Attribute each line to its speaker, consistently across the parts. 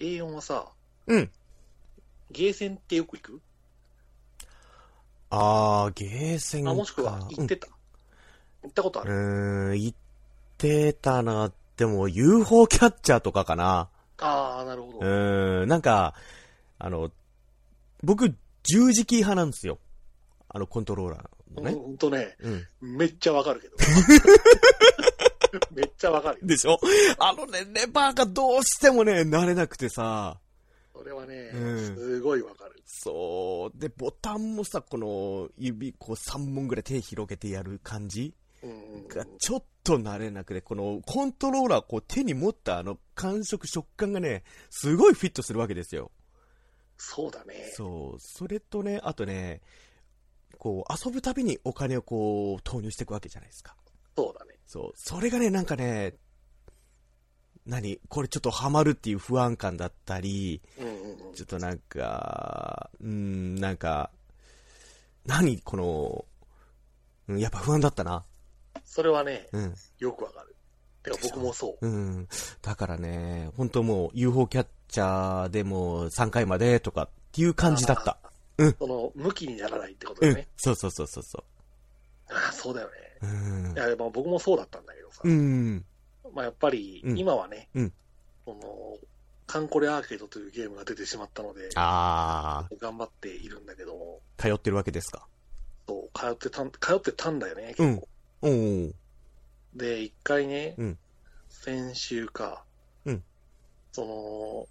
Speaker 1: A4 はさ、
Speaker 2: うん。
Speaker 1: ゲーセンってよく行く
Speaker 2: あー、ゲーセンか。
Speaker 1: あもしくは行ってた、行ったことあ
Speaker 2: う
Speaker 1: る、
Speaker 2: ん、うーん、行ってたな。でも、UFO キャッチャーとかかな。
Speaker 1: ああ、なるほど。
Speaker 2: うーん、なんか、あの、僕、十字キー派なんですよ。あの、コントローラ
Speaker 1: う
Speaker 2: ーの
Speaker 1: ん
Speaker 2: ね。
Speaker 1: ほんとね、
Speaker 2: うん。
Speaker 1: めっちゃわかるけど。 めっちゃわかるよ。
Speaker 2: でしょあのね、レバーがどうしてもね、慣れなくてさ。
Speaker 1: それはね、
Speaker 2: うん
Speaker 1: すごいわかる。
Speaker 2: そう。で、ボタンもさ、この指、こう3本ぐらい手広げてやる感じ
Speaker 1: うんうんうん
Speaker 2: がちょっと慣れなくて、このコントローラーこう手に持ったあの感触、食感がね、すごいフィットするわけですよ。
Speaker 1: そうだね。
Speaker 2: そう。それとね、あとね、こう遊ぶたびにお金をこう投入していくわけじゃないですか。
Speaker 1: そうだね。
Speaker 2: そう。それがね、なんかね、何これちょっとハマるっていう不安感だったり、
Speaker 1: うんうんうん
Speaker 2: ちょっとなんか、うーん、なんか、何この、うんやっぱ不安だったな。
Speaker 1: それはね、
Speaker 2: うん。
Speaker 1: よくわかる。てか僕もそう。
Speaker 2: うん。だからね、本当もう UFO キャッチャーでも3回までとかっていう感じだった。うん
Speaker 1: その、向きにならないってこと
Speaker 2: う
Speaker 1: だ
Speaker 2: ん
Speaker 1: ね。。
Speaker 2: そうそうそうそうそ
Speaker 1: ああ、そうだよね。
Speaker 2: う。う
Speaker 1: い。
Speaker 2: ん
Speaker 1: や、まあ僕もそうだったんだけどさ。
Speaker 2: うん。
Speaker 1: まあやっぱり、
Speaker 2: うん
Speaker 1: 今はね、
Speaker 2: うん
Speaker 1: その、カンコレアーケードというゲームが出てしまったので、
Speaker 2: あ
Speaker 1: 頑張っているんだけども、
Speaker 2: ー、通ってるわけですか。
Speaker 1: そう、通ってたん、通ってたんだよね、結
Speaker 2: う
Speaker 1: 構。
Speaker 2: ん。おー。
Speaker 1: で、一回ね、
Speaker 2: うん
Speaker 1: 先週か、
Speaker 2: うん
Speaker 1: その、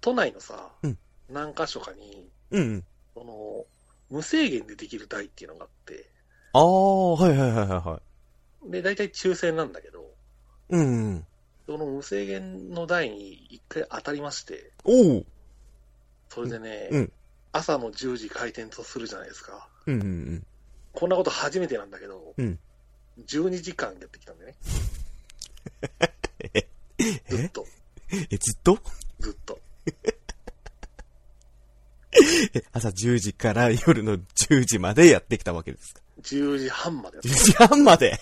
Speaker 1: 都内のさ、
Speaker 2: うん
Speaker 1: 何箇所かに、
Speaker 2: うん。
Speaker 1: その、無制限でできる台っていうのがあって、
Speaker 2: あー、はいはいはいはいはい。
Speaker 1: で、大体抽選なんだけど、
Speaker 2: うん。
Speaker 1: その無制限の台に一回当たりまして、
Speaker 2: おー。
Speaker 1: それでね、
Speaker 2: うん
Speaker 1: 朝の10時開店とするじゃないですか。
Speaker 2: うんうん
Speaker 1: こんなこと初めてなんだけど、
Speaker 2: うん
Speaker 1: 12時間やってきたんだ よね。ずっと、
Speaker 2: うん。え、ずっと
Speaker 1: ずっと。
Speaker 2: え朝10時から夜の10時までやってきたわけですか。
Speaker 1: 10時半までやって
Speaker 2: 10時半まで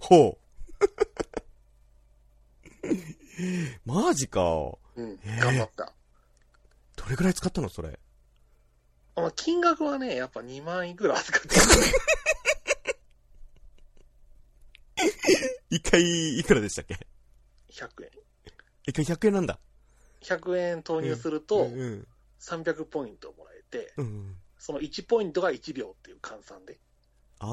Speaker 2: ほう。マジか。ど
Speaker 1: うん
Speaker 2: え、
Speaker 1: 頑張った。
Speaker 2: れぐらい使ったのそれ。
Speaker 1: まあ、金額はね、やっぱ2万いくら預かって
Speaker 2: 一回いくらでしたっけ
Speaker 1: 100円。
Speaker 2: 一回100円なんだ。
Speaker 1: 100円投入する
Speaker 2: う
Speaker 1: と
Speaker 2: ん、うん。
Speaker 1: 300ポイントもらえて、
Speaker 2: うん。
Speaker 1: その1ポイントが1秒っていう換算で。
Speaker 2: あー、あ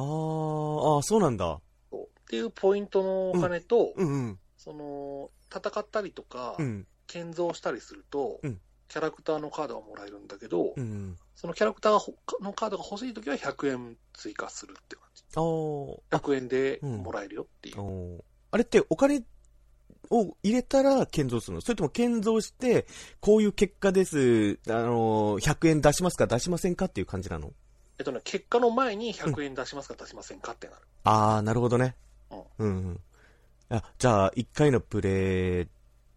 Speaker 2: ーそうなんだ。
Speaker 1: そうっていうポイントのお金と、
Speaker 2: うんうん。
Speaker 1: その、戦ったりとか
Speaker 2: う、ん。
Speaker 1: 建造したりすると、
Speaker 2: うん
Speaker 1: キャラクターのカードがもらえるんだけど、
Speaker 2: うん。
Speaker 1: そのキャラクターがほのカードが欲しいときは100円追加するって感じ。
Speaker 2: あー。
Speaker 1: 100円でもらえるよっていう。
Speaker 2: おーあれってお金を入れたら建造するのそれとも建造して、こういう結果です、あのー、100円出しますか出しませんかっていう感じなの
Speaker 1: えっとね、結果の前に100円出しますか出しませんかってなる。
Speaker 2: あー、なるほどね
Speaker 1: うん。
Speaker 2: うん、うん。あ、じゃあ、1回のプレイ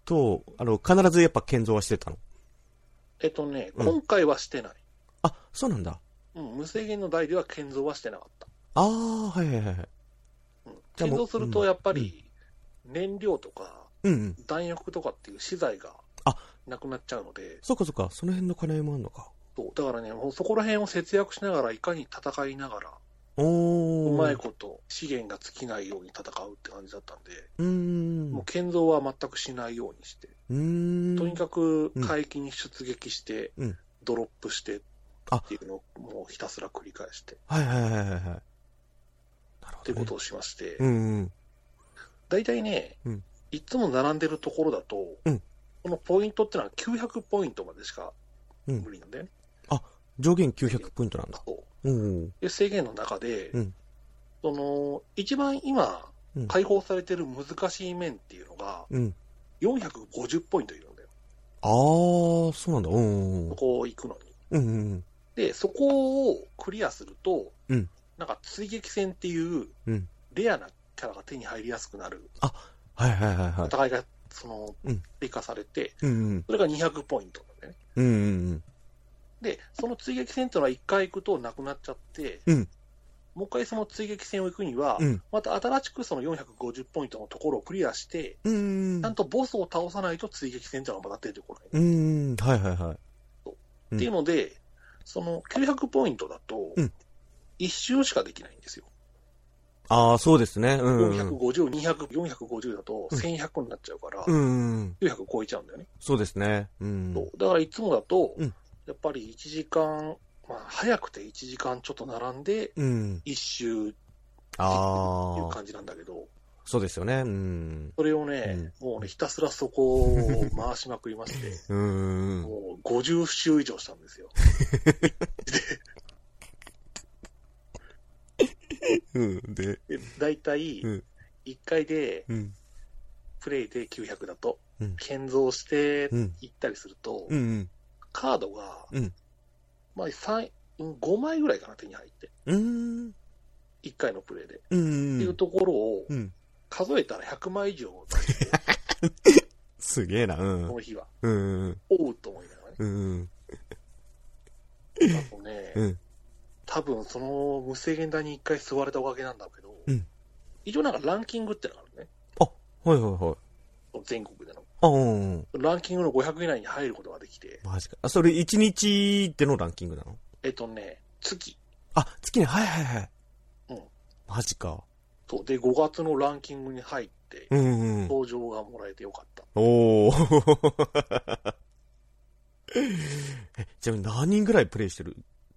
Speaker 2: と、あの、必ずやっぱ建造はしてたの
Speaker 1: えっとね、
Speaker 2: うん
Speaker 1: 今回はしてない。
Speaker 2: あ、そうなんだ。
Speaker 1: うん、無制限の台では建造はしてなかった。
Speaker 2: あー、はいはいはいはい。
Speaker 1: うん、
Speaker 2: じゃあ
Speaker 1: 建
Speaker 2: もう
Speaker 1: 造するとやっぱり燃料とか
Speaker 2: うんうん。
Speaker 1: 弾薬とかっていう資材が
Speaker 2: あ
Speaker 1: なくなっちゃうので、
Speaker 2: そっかそっか、その辺の金もあんのか。
Speaker 1: そうだからね、もうそこら辺を節約しながら、いかに戦いながら、
Speaker 2: おー。
Speaker 1: うまいこと資源が尽きないように戦うって感じだったんで、
Speaker 2: うーん。
Speaker 1: も
Speaker 2: う
Speaker 1: う建造は全くしないようにして、
Speaker 2: ーん。
Speaker 1: とにかく
Speaker 2: うん
Speaker 1: 海域に出撃して、
Speaker 2: うん
Speaker 1: ドロップしてっ
Speaker 2: あ
Speaker 1: ていうのをもうひたすら繰り返してっ
Speaker 2: はいはいはいはいはい。なるほ
Speaker 1: て
Speaker 2: ど、
Speaker 1: いう
Speaker 2: ね
Speaker 1: こ。とをしまして、
Speaker 2: うんうん。
Speaker 1: 大体ね、
Speaker 2: うん
Speaker 1: いつも並んでるところだと、
Speaker 2: うん
Speaker 1: このポイントってのは900ポイントまでしか
Speaker 2: うん
Speaker 1: 無理なんだよね。
Speaker 2: 上限900ポイントなんだ。
Speaker 1: そう
Speaker 2: おお。
Speaker 1: で制限の中で、
Speaker 2: うん
Speaker 1: その一番今
Speaker 2: うん、
Speaker 1: 解放されてる難しい面っていうのが、
Speaker 2: うん。
Speaker 1: 450ポイントいるんだよ、
Speaker 2: あー、そうなんだ。うん
Speaker 1: そこを行くのに。
Speaker 2: うん。うんうん。
Speaker 1: で、そこをクリアすると、
Speaker 2: うん
Speaker 1: なんか追撃戦っていう
Speaker 2: うん、
Speaker 1: レアなキャラが手に入りやすくなる、
Speaker 2: はいはいはいはい。
Speaker 1: 戦いがその
Speaker 2: うん
Speaker 1: 追加されて、
Speaker 2: うんうん。
Speaker 1: それが200ポイントなんだよね。
Speaker 2: うんうんうん。
Speaker 1: で、その追撃戦っていうのは1回行くとなくなっちゃって、
Speaker 2: うん
Speaker 1: もう一回その追撃戦を行くには、
Speaker 2: うん
Speaker 1: また新しくその450ポイントのところをクリアして、
Speaker 2: うーん
Speaker 1: ちゃん。とボスを倒さないと追撃戦っていうのがまた出てこない。
Speaker 2: うーん。はいはいはい。う
Speaker 1: っ
Speaker 2: ん
Speaker 1: ていうので、その900ポイントだと
Speaker 2: うん、
Speaker 1: 1周しかできないんですよ。
Speaker 2: ああ、そうですね。うん。うん
Speaker 1: 450、200、450だと
Speaker 2: うん
Speaker 1: 1100になっちゃうから、
Speaker 2: うん。
Speaker 1: 900超えちゃうんだよね。
Speaker 2: そうですね。うん。
Speaker 1: そうだからいつもだと、
Speaker 2: うん
Speaker 1: やっぱり1時間、まあ、早くて1時間ちょっと並んで、
Speaker 2: うん。
Speaker 1: 1周
Speaker 2: あ
Speaker 1: っていう
Speaker 2: あ、
Speaker 1: 感じなんだけど、
Speaker 2: そうですよね。うん。
Speaker 1: それをね、もうね、ひたすらそこ を回しまくりまして、
Speaker 2: うーん。
Speaker 1: もう50周以上したんですよ。
Speaker 2: うん。で、
Speaker 1: で大体
Speaker 2: うん、
Speaker 1: 1回で、
Speaker 2: うん。
Speaker 1: プレイで900だと
Speaker 2: うん、
Speaker 1: 建造して
Speaker 2: うん。
Speaker 1: 行ったりすると、
Speaker 2: うんうん。
Speaker 1: カードが、
Speaker 2: うん
Speaker 1: まあ、3 5枚ぐらいかな、手に入って、
Speaker 2: うーん。
Speaker 1: 1回のプレイで。っ
Speaker 2: うん。
Speaker 1: ていうところを
Speaker 2: うん。
Speaker 1: 数えたら100枚以上出してて、
Speaker 2: すげえな。うん
Speaker 1: こ。の日は、
Speaker 2: うん。
Speaker 1: おうと思いながらね。
Speaker 2: うん。
Speaker 1: あとね、
Speaker 2: うん
Speaker 1: 多分その無制限台に1回座れたおかげなんだけど、
Speaker 2: うん
Speaker 1: 一応なんかランキングってのがあるね、
Speaker 2: はいはいはい。
Speaker 1: 全国での。
Speaker 2: あうん。
Speaker 1: ランキングの500以内に入ることができて、
Speaker 2: マジか。あ、それ1日でのランキングなの
Speaker 1: えっとね、月。
Speaker 2: あ、月に、はいはいはい。
Speaker 1: うん。
Speaker 2: マジか。
Speaker 1: そうで、5月のランキングに入って、
Speaker 2: うんうん。
Speaker 1: 登場がもらえてよかった。
Speaker 2: おー。 え、ちなみに何人ぐらいプレイしてる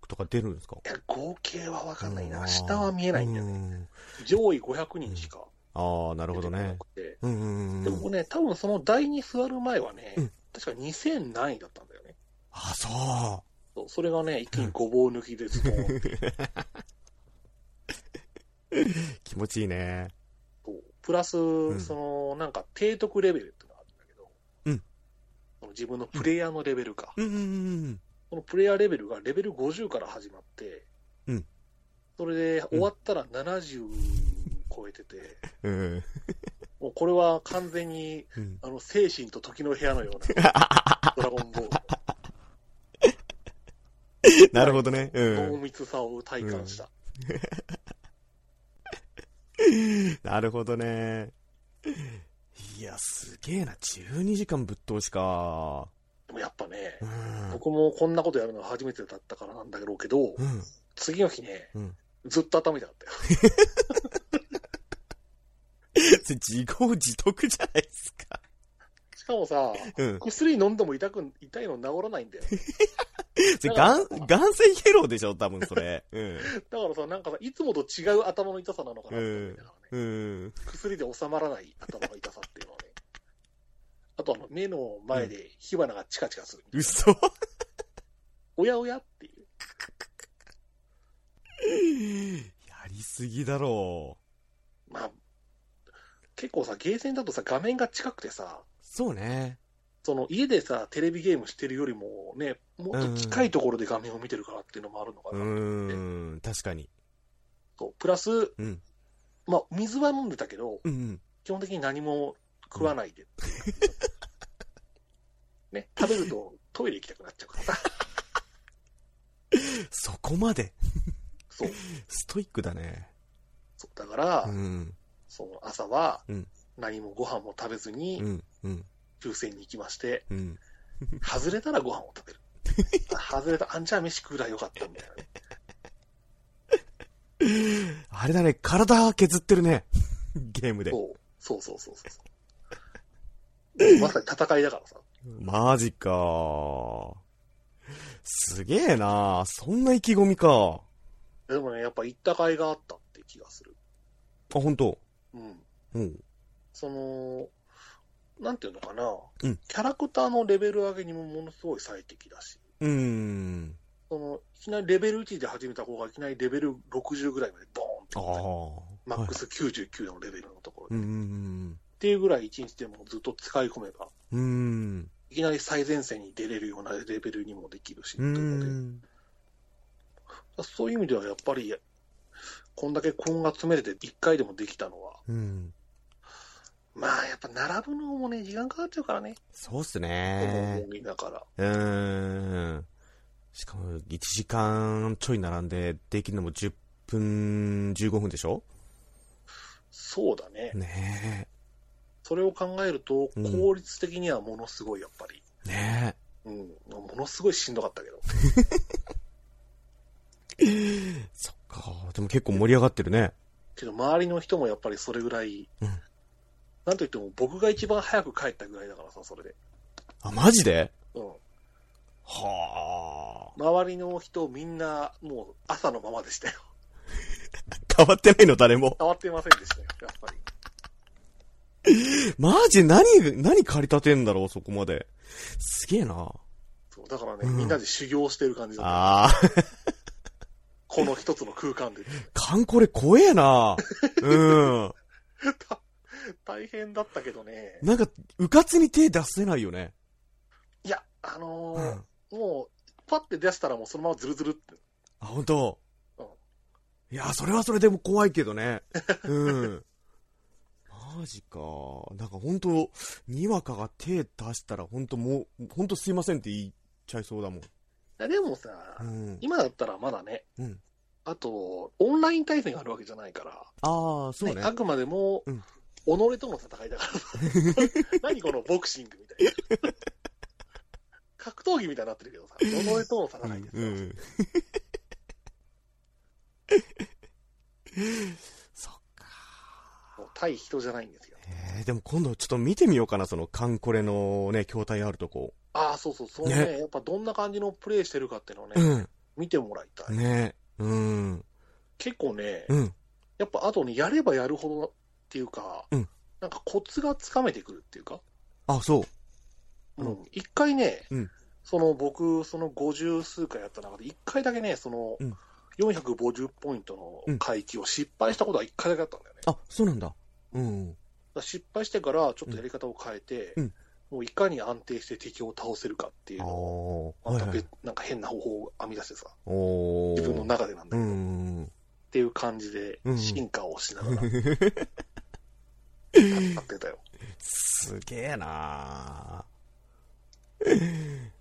Speaker 2: とか出るんですか
Speaker 1: いや、合計は分かんない
Speaker 2: うん
Speaker 1: な。下は見えないんだよね。
Speaker 2: ね。
Speaker 1: 上位500人しか
Speaker 2: ああ、なる
Speaker 1: 出て
Speaker 2: ほど
Speaker 1: こな
Speaker 2: ね。
Speaker 1: くて。
Speaker 2: うんうん
Speaker 1: で
Speaker 2: う
Speaker 1: も
Speaker 2: ん。
Speaker 1: ね、多分その台に座る前はね、
Speaker 2: うん
Speaker 1: 確か2000何位だったんだよね。
Speaker 2: あ、そ
Speaker 1: そうそれがね、一気にごぼう抜きでズド ンって
Speaker 2: う。気持ちいいね。
Speaker 1: そうプラス、
Speaker 2: ん
Speaker 1: その、なんか、提督レベルっていうのがあるんだけど、
Speaker 2: うん
Speaker 1: その自分のプレイヤーのレベルか。
Speaker 2: うんうんうん。
Speaker 1: そのプレイヤーレベルがレベル50から始まって、
Speaker 2: うん
Speaker 1: それで終わったら70超えてて、
Speaker 2: うん。
Speaker 1: もうこれは完全に
Speaker 2: うん。
Speaker 1: あの精神と時の部屋のようなドラゴンボール
Speaker 2: なるほど ね。う
Speaker 1: の濃
Speaker 2: ん。
Speaker 1: 密さを体感した。
Speaker 2: なるほどね。いや、すげえな。12時間ぶっ通しか。
Speaker 1: でもやっぱね、
Speaker 2: うん。
Speaker 1: 僕もこんなことやるのは初めてだったからなんだろうけど、
Speaker 2: うん。
Speaker 1: 次の日ね、
Speaker 2: うん
Speaker 1: ずっと頭痛かったよ。
Speaker 2: 自業自得じゃないですか。
Speaker 1: しかもさ、
Speaker 2: うん。
Speaker 1: 薬飲んでも痛くん痛いの治らないん だよ。
Speaker 2: それ、眼、眼性疲労でしょ多分 それ。うん。
Speaker 1: だからさ、なんかさ、いつもと違う頭の痛さなのかなって思いながらね、
Speaker 2: うん。
Speaker 1: 薬で収まらない頭の痛さっていう のはね。あとあの、目の前で火花がチカチカするみたいな。
Speaker 2: 嘘
Speaker 1: おやおやっていう。
Speaker 2: やりすぎだろう。
Speaker 1: まあ、結構さ、ゲーセンだとさ、画面が近くてさ、
Speaker 2: そうね。
Speaker 1: その家でさ、テレビゲームしてるよりもね、もっと近いところで画面を見てるからっていうのもあるのか
Speaker 2: う
Speaker 1: な。
Speaker 2: ーん、確かに。
Speaker 1: そうプラス、
Speaker 2: うん
Speaker 1: まあ、水は飲んでたけど、
Speaker 2: うんうん。
Speaker 1: 基本的に何も食わ ないで、ね、食べるとトイレ行きたくなっちゃう から
Speaker 2: そこまで。
Speaker 1: そう
Speaker 2: ストイックだね。
Speaker 1: そうだから、
Speaker 2: うん。
Speaker 1: その朝は
Speaker 2: うん
Speaker 1: 何もご飯も食べずに
Speaker 2: うん。うん。
Speaker 1: 抽選に行きまして、
Speaker 2: うん。
Speaker 1: 外れたらご飯を食べる あ外れたあんじゃあ飯食うらよかったみたいなね
Speaker 2: あれだね、体削ってるね。ゲームで。
Speaker 1: そうそうそうそうそうそう まさに戦いだからさ
Speaker 2: マジか。すげえなそんな意気込みか。あ、
Speaker 1: でもねやっぱ行った甲斐があったって気がする
Speaker 2: 本当。
Speaker 1: うん
Speaker 2: うん。
Speaker 1: その、なんていうのかな、
Speaker 2: うん
Speaker 1: キャラクターのレベル上げにもものすごい最適だし、
Speaker 2: うーん。
Speaker 1: そのいきなりレベル1で始めた方が、いきなりレベル60ぐらいまでボ
Speaker 2: ああ
Speaker 1: ーンって、。マック
Speaker 2: ス。
Speaker 1: ス99のレベルのところ
Speaker 2: う
Speaker 1: で、
Speaker 2: ん
Speaker 1: っ
Speaker 2: うん
Speaker 1: ていうぐらい1日でもずっと使い込めば、
Speaker 2: うん。うーん。
Speaker 1: いきなり最前線に出れるようなレベルにもできるし、
Speaker 2: う
Speaker 1: というので
Speaker 2: ーん。
Speaker 1: そういう意味ではやっぱり、こんだけ根が詰めれて1回でもできたのは、
Speaker 2: うん。
Speaker 1: まあやっぱ並ぶのもね、時間かかっちゃうからね、
Speaker 2: そうっす
Speaker 1: と
Speaker 2: ね
Speaker 1: 思いながら。
Speaker 2: うーん。しかも、1時間ちょい並んで、できるのも10分15分でしょ
Speaker 1: そうだね。
Speaker 2: ね
Speaker 1: それを考えると
Speaker 2: う、ん
Speaker 1: 効率的にはものすごい、やっぱり。
Speaker 2: え。ね
Speaker 1: うん。ものすごいしんどかったけど。
Speaker 2: え。そっか。でも結構盛り上がってるね。
Speaker 1: けど、周りの人もやっぱりそれぐらい、
Speaker 2: うん
Speaker 1: なんといっても僕が一番早く帰ったぐらいだからさ、それで。
Speaker 2: あ、マジで
Speaker 1: うん。
Speaker 2: はあ。
Speaker 1: 周りの人みんな、もう朝のままでしたよ。
Speaker 2: 変わってないの、誰も。
Speaker 1: 変わってませんでしたよ、やっぱり。
Speaker 2: マジ何、何借り立てんだろう、そこまで。すげえな。
Speaker 1: そう、だからね、
Speaker 2: うん
Speaker 1: みんなで修行してる感じだった。
Speaker 2: ああ。
Speaker 1: この一つの空間で。
Speaker 2: カンコレ怖えな。うん。
Speaker 1: た大変だったけどね。
Speaker 2: なんか、うかつに手出せないよね。
Speaker 1: いや、あの
Speaker 2: うん。
Speaker 1: ー
Speaker 2: あ、
Speaker 1: もう、パッて出したらもうそのままズルズルって。
Speaker 2: 本当
Speaker 1: うん。
Speaker 2: いや、それはそれでも怖いけどね。うん。マジか。なんか本当にわかが手出したら本当もう、本当すいませんって言っちゃいそうだもん。
Speaker 1: いやでもさ、
Speaker 2: うん。
Speaker 1: 今だったらまだね、
Speaker 2: うん
Speaker 1: あと、オンライン対戦があるわけじゃないから、
Speaker 2: ああ、そう
Speaker 1: ね
Speaker 2: ね。
Speaker 1: あくまでも、
Speaker 2: うん
Speaker 1: 己との戦いだからさ 何このボクシングみたいな。格闘技みたいになってるけどさ、己との戦いです
Speaker 2: う
Speaker 1: よ。
Speaker 2: ん。そっか。
Speaker 1: もう対人じゃないんですよ。
Speaker 2: えー、でも今度ちょっと見てみようかな、そのカンコレのね、筐体あるとこ。
Speaker 1: ああ、そうそう、そうね
Speaker 2: ね
Speaker 1: やっぱどんな感じのプレイしてるかっていうのをね、
Speaker 2: うん。
Speaker 1: 見てもらいたい。
Speaker 2: ねうん。
Speaker 1: 結構ね、
Speaker 2: うん。
Speaker 1: やっぱ後にやればやるほどっていうか、
Speaker 2: うん
Speaker 1: なんかコツがつかめてくるっていうか、
Speaker 2: あ、そう。
Speaker 1: う
Speaker 2: う
Speaker 1: んん、一回ね、
Speaker 2: うん
Speaker 1: その僕、その50数回やった中で、一回だけね、その
Speaker 2: うん
Speaker 1: 450ポイントの回帰を失敗したことは一回だけあったんだよね。だか
Speaker 2: あ、そうなんだ。うん。
Speaker 1: ら失敗してから、ちょっとやり方を変えて、
Speaker 2: うん
Speaker 1: もういかに安定して敵を倒せるかっていう
Speaker 2: ああ
Speaker 1: のを、
Speaker 2: ー。
Speaker 1: ま
Speaker 2: はい
Speaker 1: た
Speaker 2: は
Speaker 1: 別
Speaker 2: い。
Speaker 1: なんか変な方法を編み出してさ、
Speaker 2: お
Speaker 1: 自分の
Speaker 2: ー。
Speaker 1: 中でなんだ
Speaker 2: う
Speaker 1: けど、っ
Speaker 2: ん。
Speaker 1: ていう感じで
Speaker 2: う、ん
Speaker 1: 進化をしな がらやってたよ。
Speaker 2: すげえな
Speaker 1: す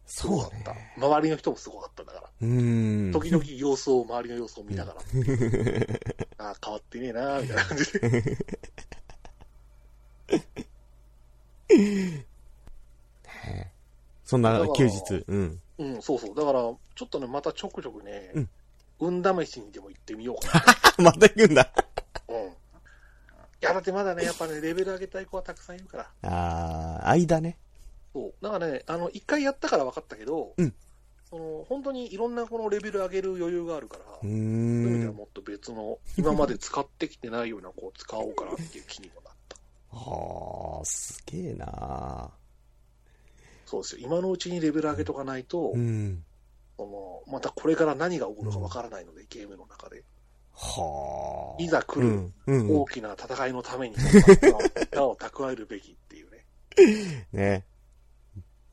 Speaker 2: そ
Speaker 1: ごか
Speaker 2: う
Speaker 1: った
Speaker 2: ね。。
Speaker 1: 周りの人もすごかったんだから。
Speaker 2: うん。
Speaker 1: 時々様子を、周りの様子を見ながら。ああ、変わってねえなーみたいな感 じで。
Speaker 2: ねそんな休日。うん。
Speaker 1: うん、そうそう。だから、ちょっとね、またちょくちょくね、運試しにでも行ってみようか
Speaker 2: また行くんだ。
Speaker 1: な。うん。いや、だってまだね、やっぱね、レベル上げたい子はたくさんいるから。
Speaker 2: ああ、間ね。
Speaker 1: そう。だからね、あの、一回やったから分かったけど、
Speaker 2: うん
Speaker 1: その、本当にいろんなこのレベル上げる余裕があるから、
Speaker 2: う
Speaker 1: そういう意味では
Speaker 2: ん。
Speaker 1: もっと別の、今まで使ってきてないような子を使おうかなっていう気にもなった。
Speaker 2: はあ、すげえな
Speaker 1: そうですよ。今のうちにレベル上げとかないと、
Speaker 2: うん。
Speaker 1: そのまたこれから何が起こるかわからないので、ゲームの中で。
Speaker 2: はあ。
Speaker 1: いざ来る
Speaker 2: うん。うん
Speaker 1: 大きな戦いのために、力を蓄えるべきっていうね。
Speaker 2: ね。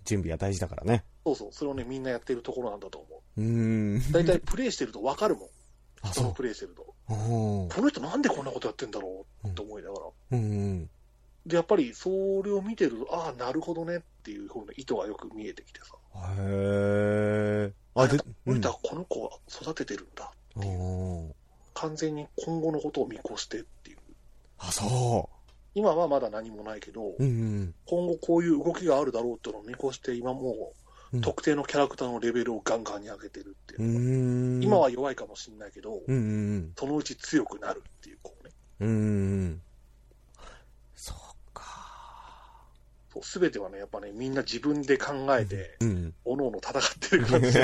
Speaker 2: 準備は大事だからね。
Speaker 1: そうそう、それをね、みんなやってるところなんだと思
Speaker 2: うーん。
Speaker 1: う。大体プレイしてるとわかるもん。
Speaker 2: あ、
Speaker 1: 人の
Speaker 2: そ
Speaker 1: プレイしてると。
Speaker 2: う。うん
Speaker 1: この人なんでこんなことやってんだろうって思いながら。
Speaker 2: うん。
Speaker 1: で、やっぱりそれを見てると、ああ、なるほどねっていう方の意図がよく見えてきてさ。
Speaker 2: へえ。あ、で、
Speaker 1: 俺たはこの子は育ててるんだ。
Speaker 2: うん。
Speaker 1: 完全に今後のことを見越してっていう。
Speaker 2: あ、そ
Speaker 1: 今はまだ何もないけど、
Speaker 2: う。うん。
Speaker 1: 今後こういう動きがあるだろうっていうのを見越して、今も
Speaker 2: う
Speaker 1: うん特定のキャラクターのレベルをガンガンに上げてるっていうう、
Speaker 2: ん。
Speaker 1: 今。は弱いかもしれないけど、
Speaker 2: うんうん。
Speaker 1: そのうち強くなるっていう、こうね、
Speaker 2: うん。そうか。
Speaker 1: すべてはね、やっぱね、みんな自分で考えて、
Speaker 2: うん。
Speaker 1: おのおの戦ってる感じ で、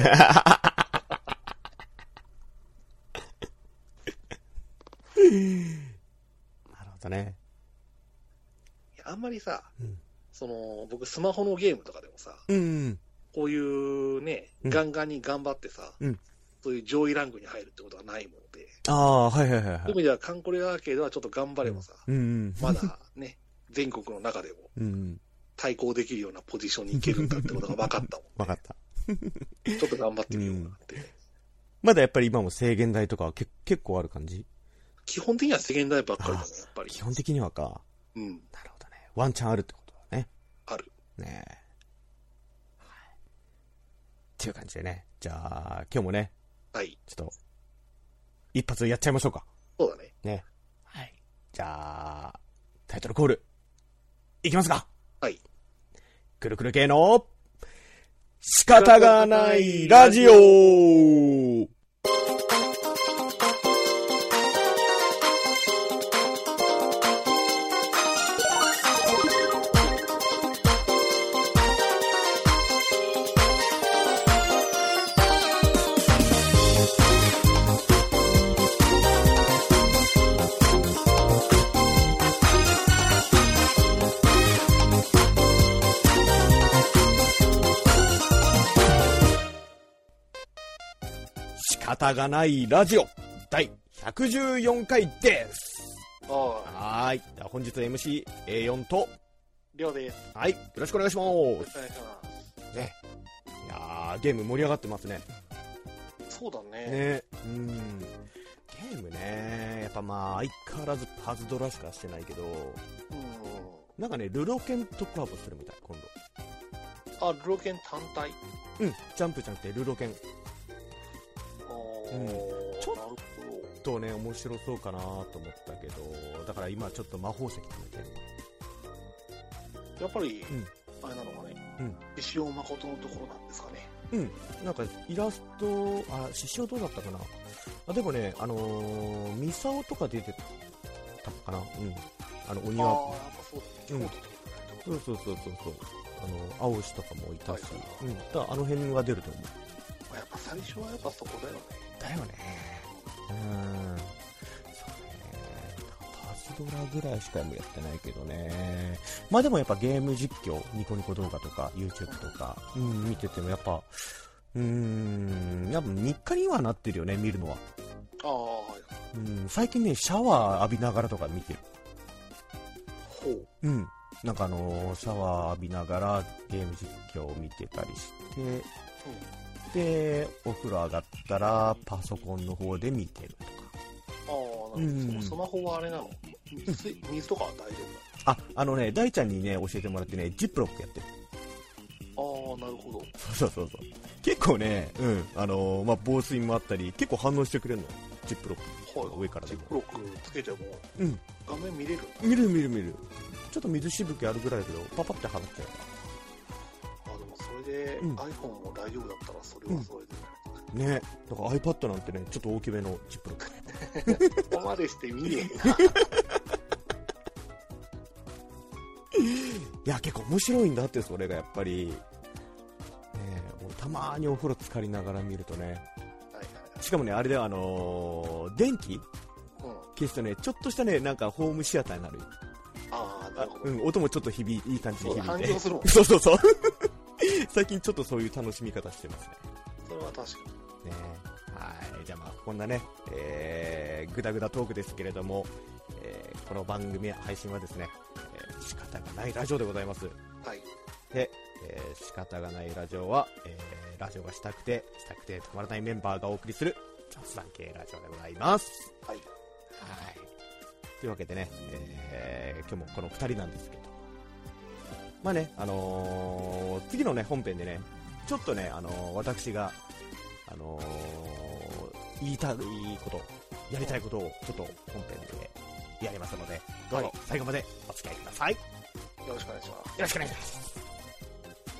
Speaker 2: なるほどね。
Speaker 1: あんまりさ、
Speaker 2: うん
Speaker 1: その僕、スマホのゲームとかでもさ、
Speaker 2: うん。
Speaker 1: こういうね、
Speaker 2: うん
Speaker 1: ガンガンに頑張ってさ、
Speaker 2: うん
Speaker 1: そういう上位ランクに入るってことはないもので、
Speaker 2: ああ、はいはいはい
Speaker 1: そう
Speaker 2: は
Speaker 1: いう意
Speaker 2: い。
Speaker 1: 味では、カンコレアーケードはちょっと頑張ればさ、
Speaker 2: うん。
Speaker 1: まだね、全国の中でも。
Speaker 2: うん。
Speaker 1: 対抗できるようなポジションに行けるんだってことが分かったもん。
Speaker 2: わかった。
Speaker 1: ちょっと頑張ってみようかなって。
Speaker 2: まだやっぱり今も制限代とかはけ結構ある感じ
Speaker 1: 基本的には世間代ばっかりだね、やっぱり。
Speaker 2: 基本的にはか。
Speaker 1: うん、
Speaker 2: なるほどね。ワンチャンあるってことだね。
Speaker 1: ある。
Speaker 2: ねえ。はい。っていう感じでね。じゃあ、今日もね、
Speaker 1: はい。
Speaker 2: ちょっと、一発やっちゃいましょうか。
Speaker 1: そうだね。
Speaker 2: ね。
Speaker 1: はい。
Speaker 2: じゃあ、タイトルコール、いきますか。
Speaker 1: はい。
Speaker 2: くるくる系の、仕方がないラジオ仕方がないラジオ第114回です
Speaker 1: ああ、
Speaker 2: はーい。では本日 MC A4 と、
Speaker 1: りょうです。よ
Speaker 2: はい。よろしくお願いしま。
Speaker 1: ろしくお願いします
Speaker 2: ね。いやー、ゲーム盛り上がってますね。
Speaker 1: す。そうだね。
Speaker 2: ね。うん。ゲームね、やっぱまあ、相変わらずパズドラしかしてないけど、
Speaker 1: うん。
Speaker 2: なんかね、ルロケンとコラボするみたい、今度。
Speaker 1: あ、ルロケン単体。
Speaker 2: うん、ジャンプじゃなくてルロケン。
Speaker 1: ああ、
Speaker 2: うん
Speaker 1: なる
Speaker 2: ちょ
Speaker 1: ほ
Speaker 2: っとね、面白そうかなと思ったけど、だから今ちょっと魔法石決めてる。
Speaker 1: ど。やっぱり、
Speaker 2: ん
Speaker 1: あれなのかね。
Speaker 2: うん。
Speaker 1: 石尾誠のところなんですかね。
Speaker 2: うん、なんかイラスト、あ、獅子王どうだったかなあでもね、あのー、ミサオとか出てたかなうん。あの、
Speaker 1: あ
Speaker 2: お
Speaker 1: あ
Speaker 2: 庭。、
Speaker 1: やっぱそう
Speaker 2: う
Speaker 1: だ
Speaker 2: ん
Speaker 1: ね。京都とかだね
Speaker 2: そうそうそうそうそう。あの、青牛とかもいたし
Speaker 1: は、い
Speaker 2: うん。だからあの辺は出ると思う。
Speaker 1: まあやっぱ最初はやっぱそこだよね。
Speaker 2: だよね。うん。そうね。パズドラぐらいしかもやってないけどね。まあでもやっぱゲーム実況、ニコニコ動画とか、YouTube とか、うん、見ててもやっぱ、うん、やっぱ日課にはなってるよね、見るのは。
Speaker 1: ああ、はい
Speaker 2: うん、最近ね、シャワー浴びながらとか見てる。
Speaker 1: ほう。
Speaker 2: うん。なんかあのーシャワー浴びながらゲーム実況を見てたりして、で、お風呂上がったらパソコンの方で見てるとか。
Speaker 1: ああ、
Speaker 2: う
Speaker 1: なんるほど。スマホはあれなの水水とかは大丈
Speaker 2: あ、あのね、大ちゃんにね、教えてもらってね、ジップロックやってる。
Speaker 1: 夫なのああ、なるほど。
Speaker 2: そうそうそう。結構ね、うん、あのーまあ、防水もあったり、結構反応してくれるのよ。ジップロック。
Speaker 1: はい、
Speaker 2: 上からで
Speaker 1: ジ
Speaker 2: も
Speaker 1: ップロックつけても
Speaker 2: うん。
Speaker 1: 画面見れるんだ
Speaker 2: 見る見る見る。ちょっと水しぶきあるぐらいだけど、パパって払っちゃう。
Speaker 1: あでもそれで、
Speaker 2: うん
Speaker 1: iPhone も大丈夫だったらそれはそれで、
Speaker 2: ね。だから iPad なんてね、ちょっと大きめのジップロック。
Speaker 1: ここまでして 見ねえな
Speaker 2: いや、結構面白いんだって、それがやっぱり。ねえ、もうたまーにお風呂浸かりながら見るとね。
Speaker 1: はい
Speaker 2: しかもね、あれではあのー電
Speaker 1: はい
Speaker 2: 気
Speaker 1: はい、うん、
Speaker 2: 消すとね、ちょっとしたね、なんかホームシアターになるよ。
Speaker 1: ああな
Speaker 2: あ
Speaker 1: るほど、
Speaker 2: うん、音もちょっと響いいい感じで
Speaker 1: そう
Speaker 2: 響
Speaker 1: 反
Speaker 2: い
Speaker 1: 響するもん
Speaker 2: て。 そうそうそう。最近ちょっとそういう楽しみ方してますね。
Speaker 1: それは確かに
Speaker 2: ねはい。じゃあまあ、こんなね、えー、ぐだぐだトークですけれども、えーこの番組配信はですね、えー仕方がないラジオでございます。
Speaker 1: はい
Speaker 2: で、えー仕方がないラジオは、えーラジオがしたくて、したくてたまらないメンバーがお送りする雑談系ラジオでございます。
Speaker 1: はい
Speaker 2: はい。というわけでね、えー今日もこの2人なんですけど。まあね、あのー次のね、本編でね、ちょっとね、あのー私が、あのー言いたいこと、やりたいことを、ちょっと本編でやりますので、ど
Speaker 1: は
Speaker 2: うぞ
Speaker 1: い
Speaker 2: 最後までお付き合いください。よ
Speaker 1: よろしくお願いします
Speaker 2: ろしくお願いします。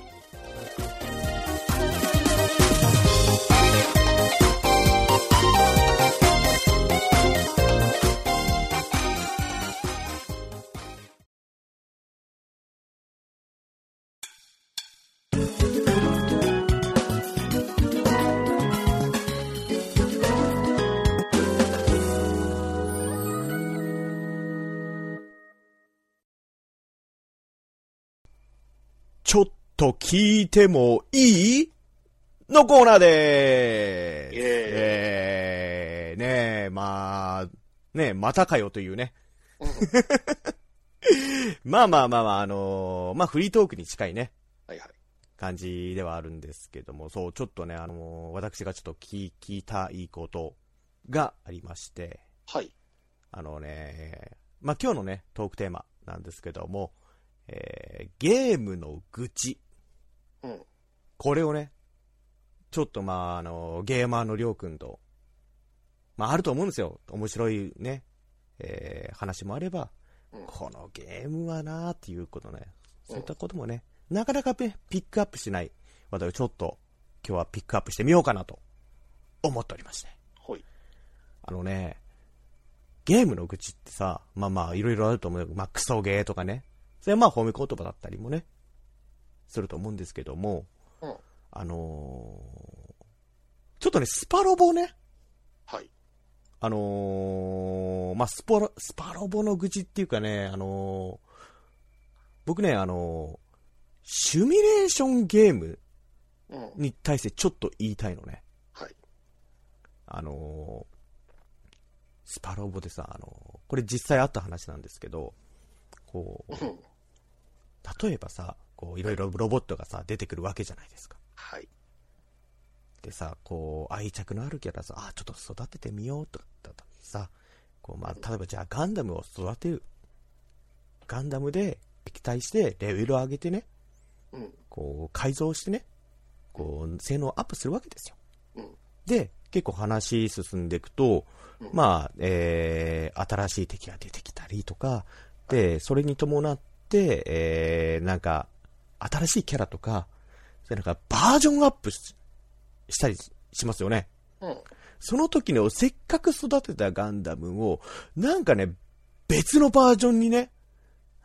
Speaker 2: ちょっと聞いてもいいのコーナーでーす。
Speaker 1: イエーイ
Speaker 2: えーねえ、まあ、ねえ、またかよというね。
Speaker 1: うん
Speaker 2: まあまあまあまあ、あのーまあフリートークに近いね、
Speaker 1: はいはい
Speaker 2: 感じではあるんですけども、そう、ちょっとね、あのー私がちょっと聞きたいことがありまして、
Speaker 1: はい
Speaker 2: あのね、まあ今日のね、トークテーマなんですけども、えーゲームの愚痴。
Speaker 1: うん
Speaker 2: これをね、ちょっとまあ、あの、ゲーマーのりょうくんと、まあ、あると思うんですよ。面白いね、えー話もあれば、
Speaker 1: うん
Speaker 2: このゲームはなーっていうことね。そういったこともね、なかなかねピックアップしない話題をちょっと今日はピックアップしてみようかなと思っておりまして。
Speaker 1: ほい。
Speaker 2: あのね、ゲームの愚痴ってさ、まあまあいろいろあると思うよ。まあクソゲーとかね。それはまあ褒め言葉だったりもね、すると思うんですけども、
Speaker 1: うん。
Speaker 2: あのーちょっとね、スパロボね、
Speaker 1: はい。
Speaker 2: あのーまあ、スパロ、スパロボの愚痴っていうかね、あのー僕ね、あのーシュミュレーションゲーム
Speaker 1: うん。
Speaker 2: に対してちょっと言いたいのね。
Speaker 1: はい。
Speaker 2: あのースパロボでさ、あのーこれ実際あった話なんですけど、こう、
Speaker 1: うん。
Speaker 2: 例えばさ、こう、いろいろロボットがさ、出てくるわけじゃないですか。
Speaker 1: はい。
Speaker 2: でさ、こう、愛着のあるキャラさ、あ、ちょっと育ててみようとかだったらさ、こう、まあ、例えばじゃあガンダムを育てる。ガンダムで撃退してレベルを上げてね、
Speaker 1: うん。
Speaker 2: こう、改造してね、こう、性能をアップするわけですよ。
Speaker 1: うん。
Speaker 2: で、結構話進んでいくと、
Speaker 1: うん
Speaker 2: まあ、えー、新しい敵が出てきたりとか、で、それに伴って、えー、なんか、新しいキャラとか、それなんかバージョンアップししたりししますよね。
Speaker 1: うん。
Speaker 2: その時のせっかく育てたガンダムを、なんかね、別のバージョンにね、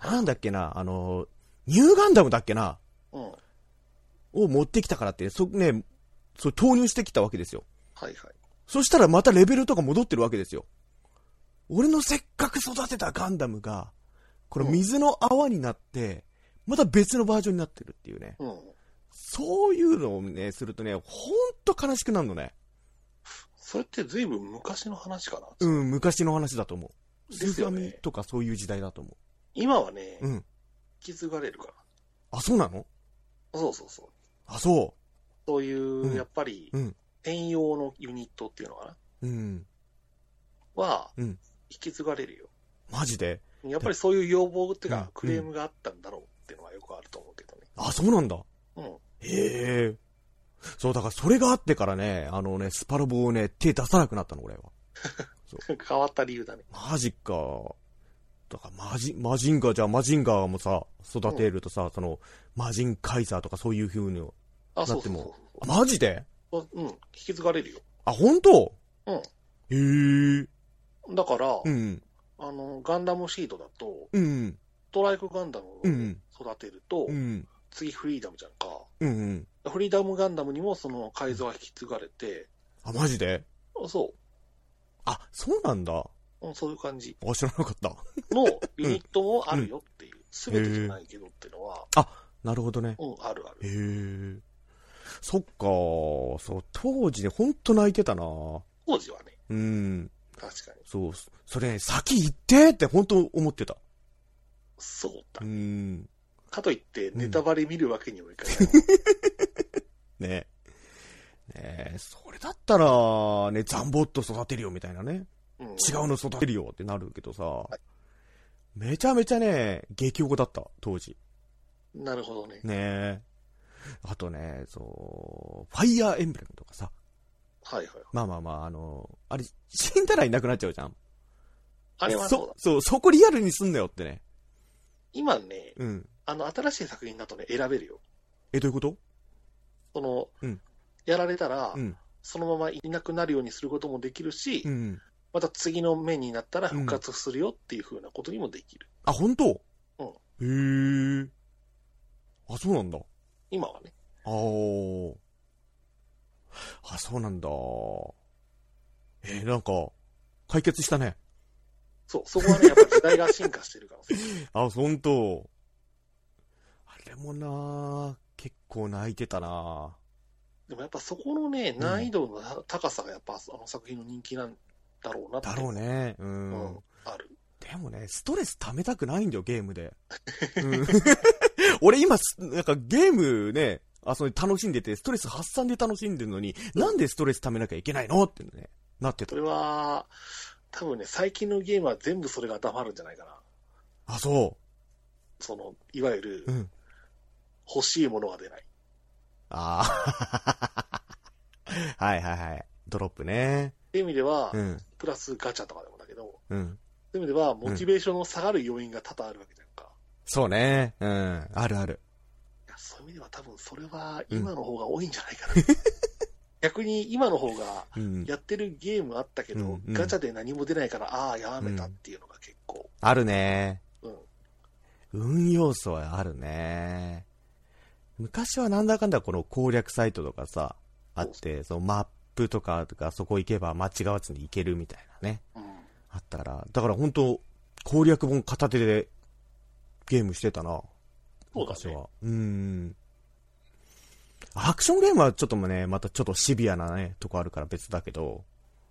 Speaker 2: なんだっけな、あの、ニューガンダムだっけな、
Speaker 1: うん。はい
Speaker 2: を持ってきたからって、そ、ね、そう投入してきたわけですよ。
Speaker 1: はい。
Speaker 2: そしたらまたレベルとか戻ってるわけですよ。俺のせっかく育てたガンダムが、この水の泡になって、また別のバージョンになってるっていうね。
Speaker 1: うん。
Speaker 2: そういうのをね、するとね、ほんと悲しくなるのね。
Speaker 1: それって随分昔の話かな。
Speaker 2: うん、昔の話だと思う。ス
Speaker 1: で
Speaker 2: ー
Speaker 1: す
Speaker 2: ファ
Speaker 1: よ
Speaker 2: ミ
Speaker 1: ね
Speaker 2: とかそういう時代だと思
Speaker 1: 今はね、
Speaker 2: う。うん。
Speaker 1: 引き継がれるから。
Speaker 2: あ、そうなの
Speaker 1: そうそうそう。
Speaker 2: あ、そ
Speaker 1: そういう、
Speaker 2: うん
Speaker 1: やっぱり、
Speaker 2: うん
Speaker 1: 専用のユニットっていうのかな
Speaker 2: う。うん。
Speaker 1: は、
Speaker 2: うん
Speaker 1: 引き継がれるよ。
Speaker 2: マジで
Speaker 1: やっぱりそういう要望っていう
Speaker 2: うん
Speaker 1: か、クレームがあったんだろうっていうのはよくあると思うけどね。
Speaker 2: あ、そうなんだ。
Speaker 1: うん。
Speaker 2: へえ。そう、だからそれがあってからね、あのね、スパロボをね、手出さなくなったの、俺は。
Speaker 1: 変わった理由だね。
Speaker 2: マジか。だからマジ、マジンガーじゃあマジンガーもさ、育てるとさ、その、マジンカイザーとかそういう風に。
Speaker 1: あ、
Speaker 2: だ
Speaker 1: そ
Speaker 2: っ
Speaker 1: う
Speaker 2: て
Speaker 1: そう
Speaker 2: もう
Speaker 1: そう
Speaker 2: あマジで
Speaker 1: そううん。引き継がれるよ。
Speaker 2: あ、本当
Speaker 1: うん。
Speaker 2: へえ。
Speaker 1: だから、
Speaker 2: うん。
Speaker 1: あの、ガンダムシードだと、
Speaker 2: うん。
Speaker 1: ストライクガンダム
Speaker 2: う
Speaker 1: を
Speaker 2: ん。
Speaker 1: 育てると、
Speaker 2: うん。
Speaker 1: 次フリーダムじゃんか。
Speaker 2: うん。うん。
Speaker 1: フリーダムガンダムにもその改造が引き継がれて、
Speaker 2: あ、マジで
Speaker 1: あそ
Speaker 2: あ、そうなんだ。
Speaker 1: う、うん、そういう感じ
Speaker 2: あ、知らなかった。
Speaker 1: のユニットもあるよっていう、すべてじゃないけどっていうのは、
Speaker 2: なるほどね。
Speaker 1: うん、あるあ
Speaker 2: へ
Speaker 1: る。
Speaker 2: え。そっか、そう、当時ね、ほんと泣いてたな
Speaker 1: 当時はね、
Speaker 2: うん。
Speaker 1: 確かに。
Speaker 2: そう、それね、先行ってって本当思ってた。
Speaker 1: そうだ
Speaker 2: う。ん。
Speaker 1: かといって、
Speaker 2: うん
Speaker 1: ネタバレ見るわけにもいかない。
Speaker 2: ねえ。ねえ、それだったら、ね、ザンボット育てるよみたいなね。
Speaker 1: うん、
Speaker 2: 違うの育てるよってなるけどさ。めちゃめちゃね、激おこだった、当時。
Speaker 1: なるほどね。
Speaker 2: ねえ。あとね、そう、ファイヤーエンブレムとかさ。
Speaker 1: はいはい。
Speaker 2: まあまあまあ、あの、あれ、死んだらいなくなっちゃうじゃん。
Speaker 1: あれはそうだ
Speaker 2: そ。、そう、そこリアルにすんなよってね。
Speaker 1: 今ね、
Speaker 2: うん。
Speaker 1: あの、新しい作品だとね、選べるよ。
Speaker 2: え、どういうこと
Speaker 1: その、
Speaker 2: うん
Speaker 1: やられたら、
Speaker 2: うん。
Speaker 1: そのままいなくなるようにすることもできるし、
Speaker 2: うん。
Speaker 1: また次の面になったら復活するよっていうふうなことにもできる。
Speaker 2: あ、本当へえ。あ、そうなんだ。
Speaker 1: 今はね。
Speaker 2: あーあ、そうなんだ。えーなんか、解決したね。
Speaker 1: そう、そこはね、やっぱ時代が進化してるからさ。
Speaker 2: あ、本当あれもな結構泣いてたな
Speaker 1: でもやっぱそこのね、
Speaker 2: ん
Speaker 1: 難易度のた高さがやっぱあの作品の人気なんだろうなって。
Speaker 2: だろうね。う。
Speaker 1: うんん。ある。
Speaker 2: でもね、ストレス溜めたくないんだよ、ゲームで。うん 俺今、すなんかゲームね、あ、それ楽しんでて、ストレス発散で楽しんでるのに、なんでストレス溜めなきゃいけないのってね、なってた
Speaker 1: そ。れは、多分ね、最近のゲームは全部それが当てはまるんじゃないかな。
Speaker 2: あ、そ
Speaker 1: その、いわゆる
Speaker 2: う。う、ん。
Speaker 1: 欲しいものが出ない。
Speaker 2: ああ。はいはいはい。ドロップね。
Speaker 1: いう意味では、
Speaker 2: うん。
Speaker 1: プラスガチャとかでもだけど、
Speaker 2: うん。
Speaker 1: そういう意味では、モチベーションの下がる要因が多々あるわけじゃんか。
Speaker 2: そうね。うん。あるある。
Speaker 1: いやそういう意味では、多分それは今の方が多いんじゃないか な。逆に今の方が、
Speaker 2: うん。
Speaker 1: やってるゲームあったけど、
Speaker 2: うんうん
Speaker 1: ガチャで何も出ないから、ああ、やめたっていうのが結構、
Speaker 2: あるね。
Speaker 1: うん、
Speaker 2: 運要素はあるね。昔はなんだかんだこの攻略サイトとかさ、あって、そのマップとか、とかそこ行けば間違わずに行けるみたいなね。
Speaker 1: うん
Speaker 2: あったから、だから本当攻略本片手でゲームしてたな。
Speaker 1: そう
Speaker 2: 昔
Speaker 1: だね。
Speaker 2: は。うん。アクションゲームはちょっともね、またちょっとシビアなね、とこあるから別だけど。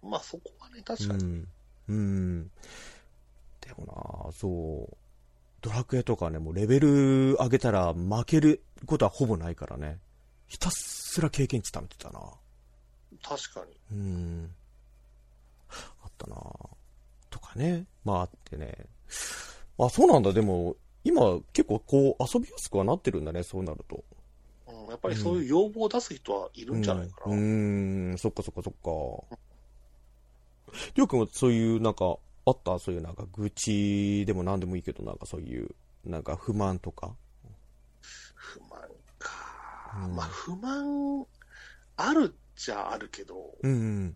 Speaker 1: まあそこはね、確
Speaker 2: う
Speaker 1: かに。
Speaker 2: ん。うん。でもなそう。ドラクエとかね、もうレベル上げたら負けることはほぼないからね。ひたすら経験値貯めてたな。
Speaker 1: 確かに。
Speaker 2: うん。あったなとかね。まああってね。あ、そうなんだ。でも、今結構こう遊びやすくはなってるんだね、そうなると。
Speaker 1: うん、やっぱりそういう要望を出す人はいるんじゃないか
Speaker 2: う
Speaker 1: な。
Speaker 2: ん、うーんそっかそっかそっか。りょうくんはそういう、なんか、あったそういうなんか、愚痴でも何でもいいけど、なんかそういう、なんか不満とか。
Speaker 1: 不満か。
Speaker 2: うん
Speaker 1: まあ不満、あるっちゃあるけど、
Speaker 2: うん。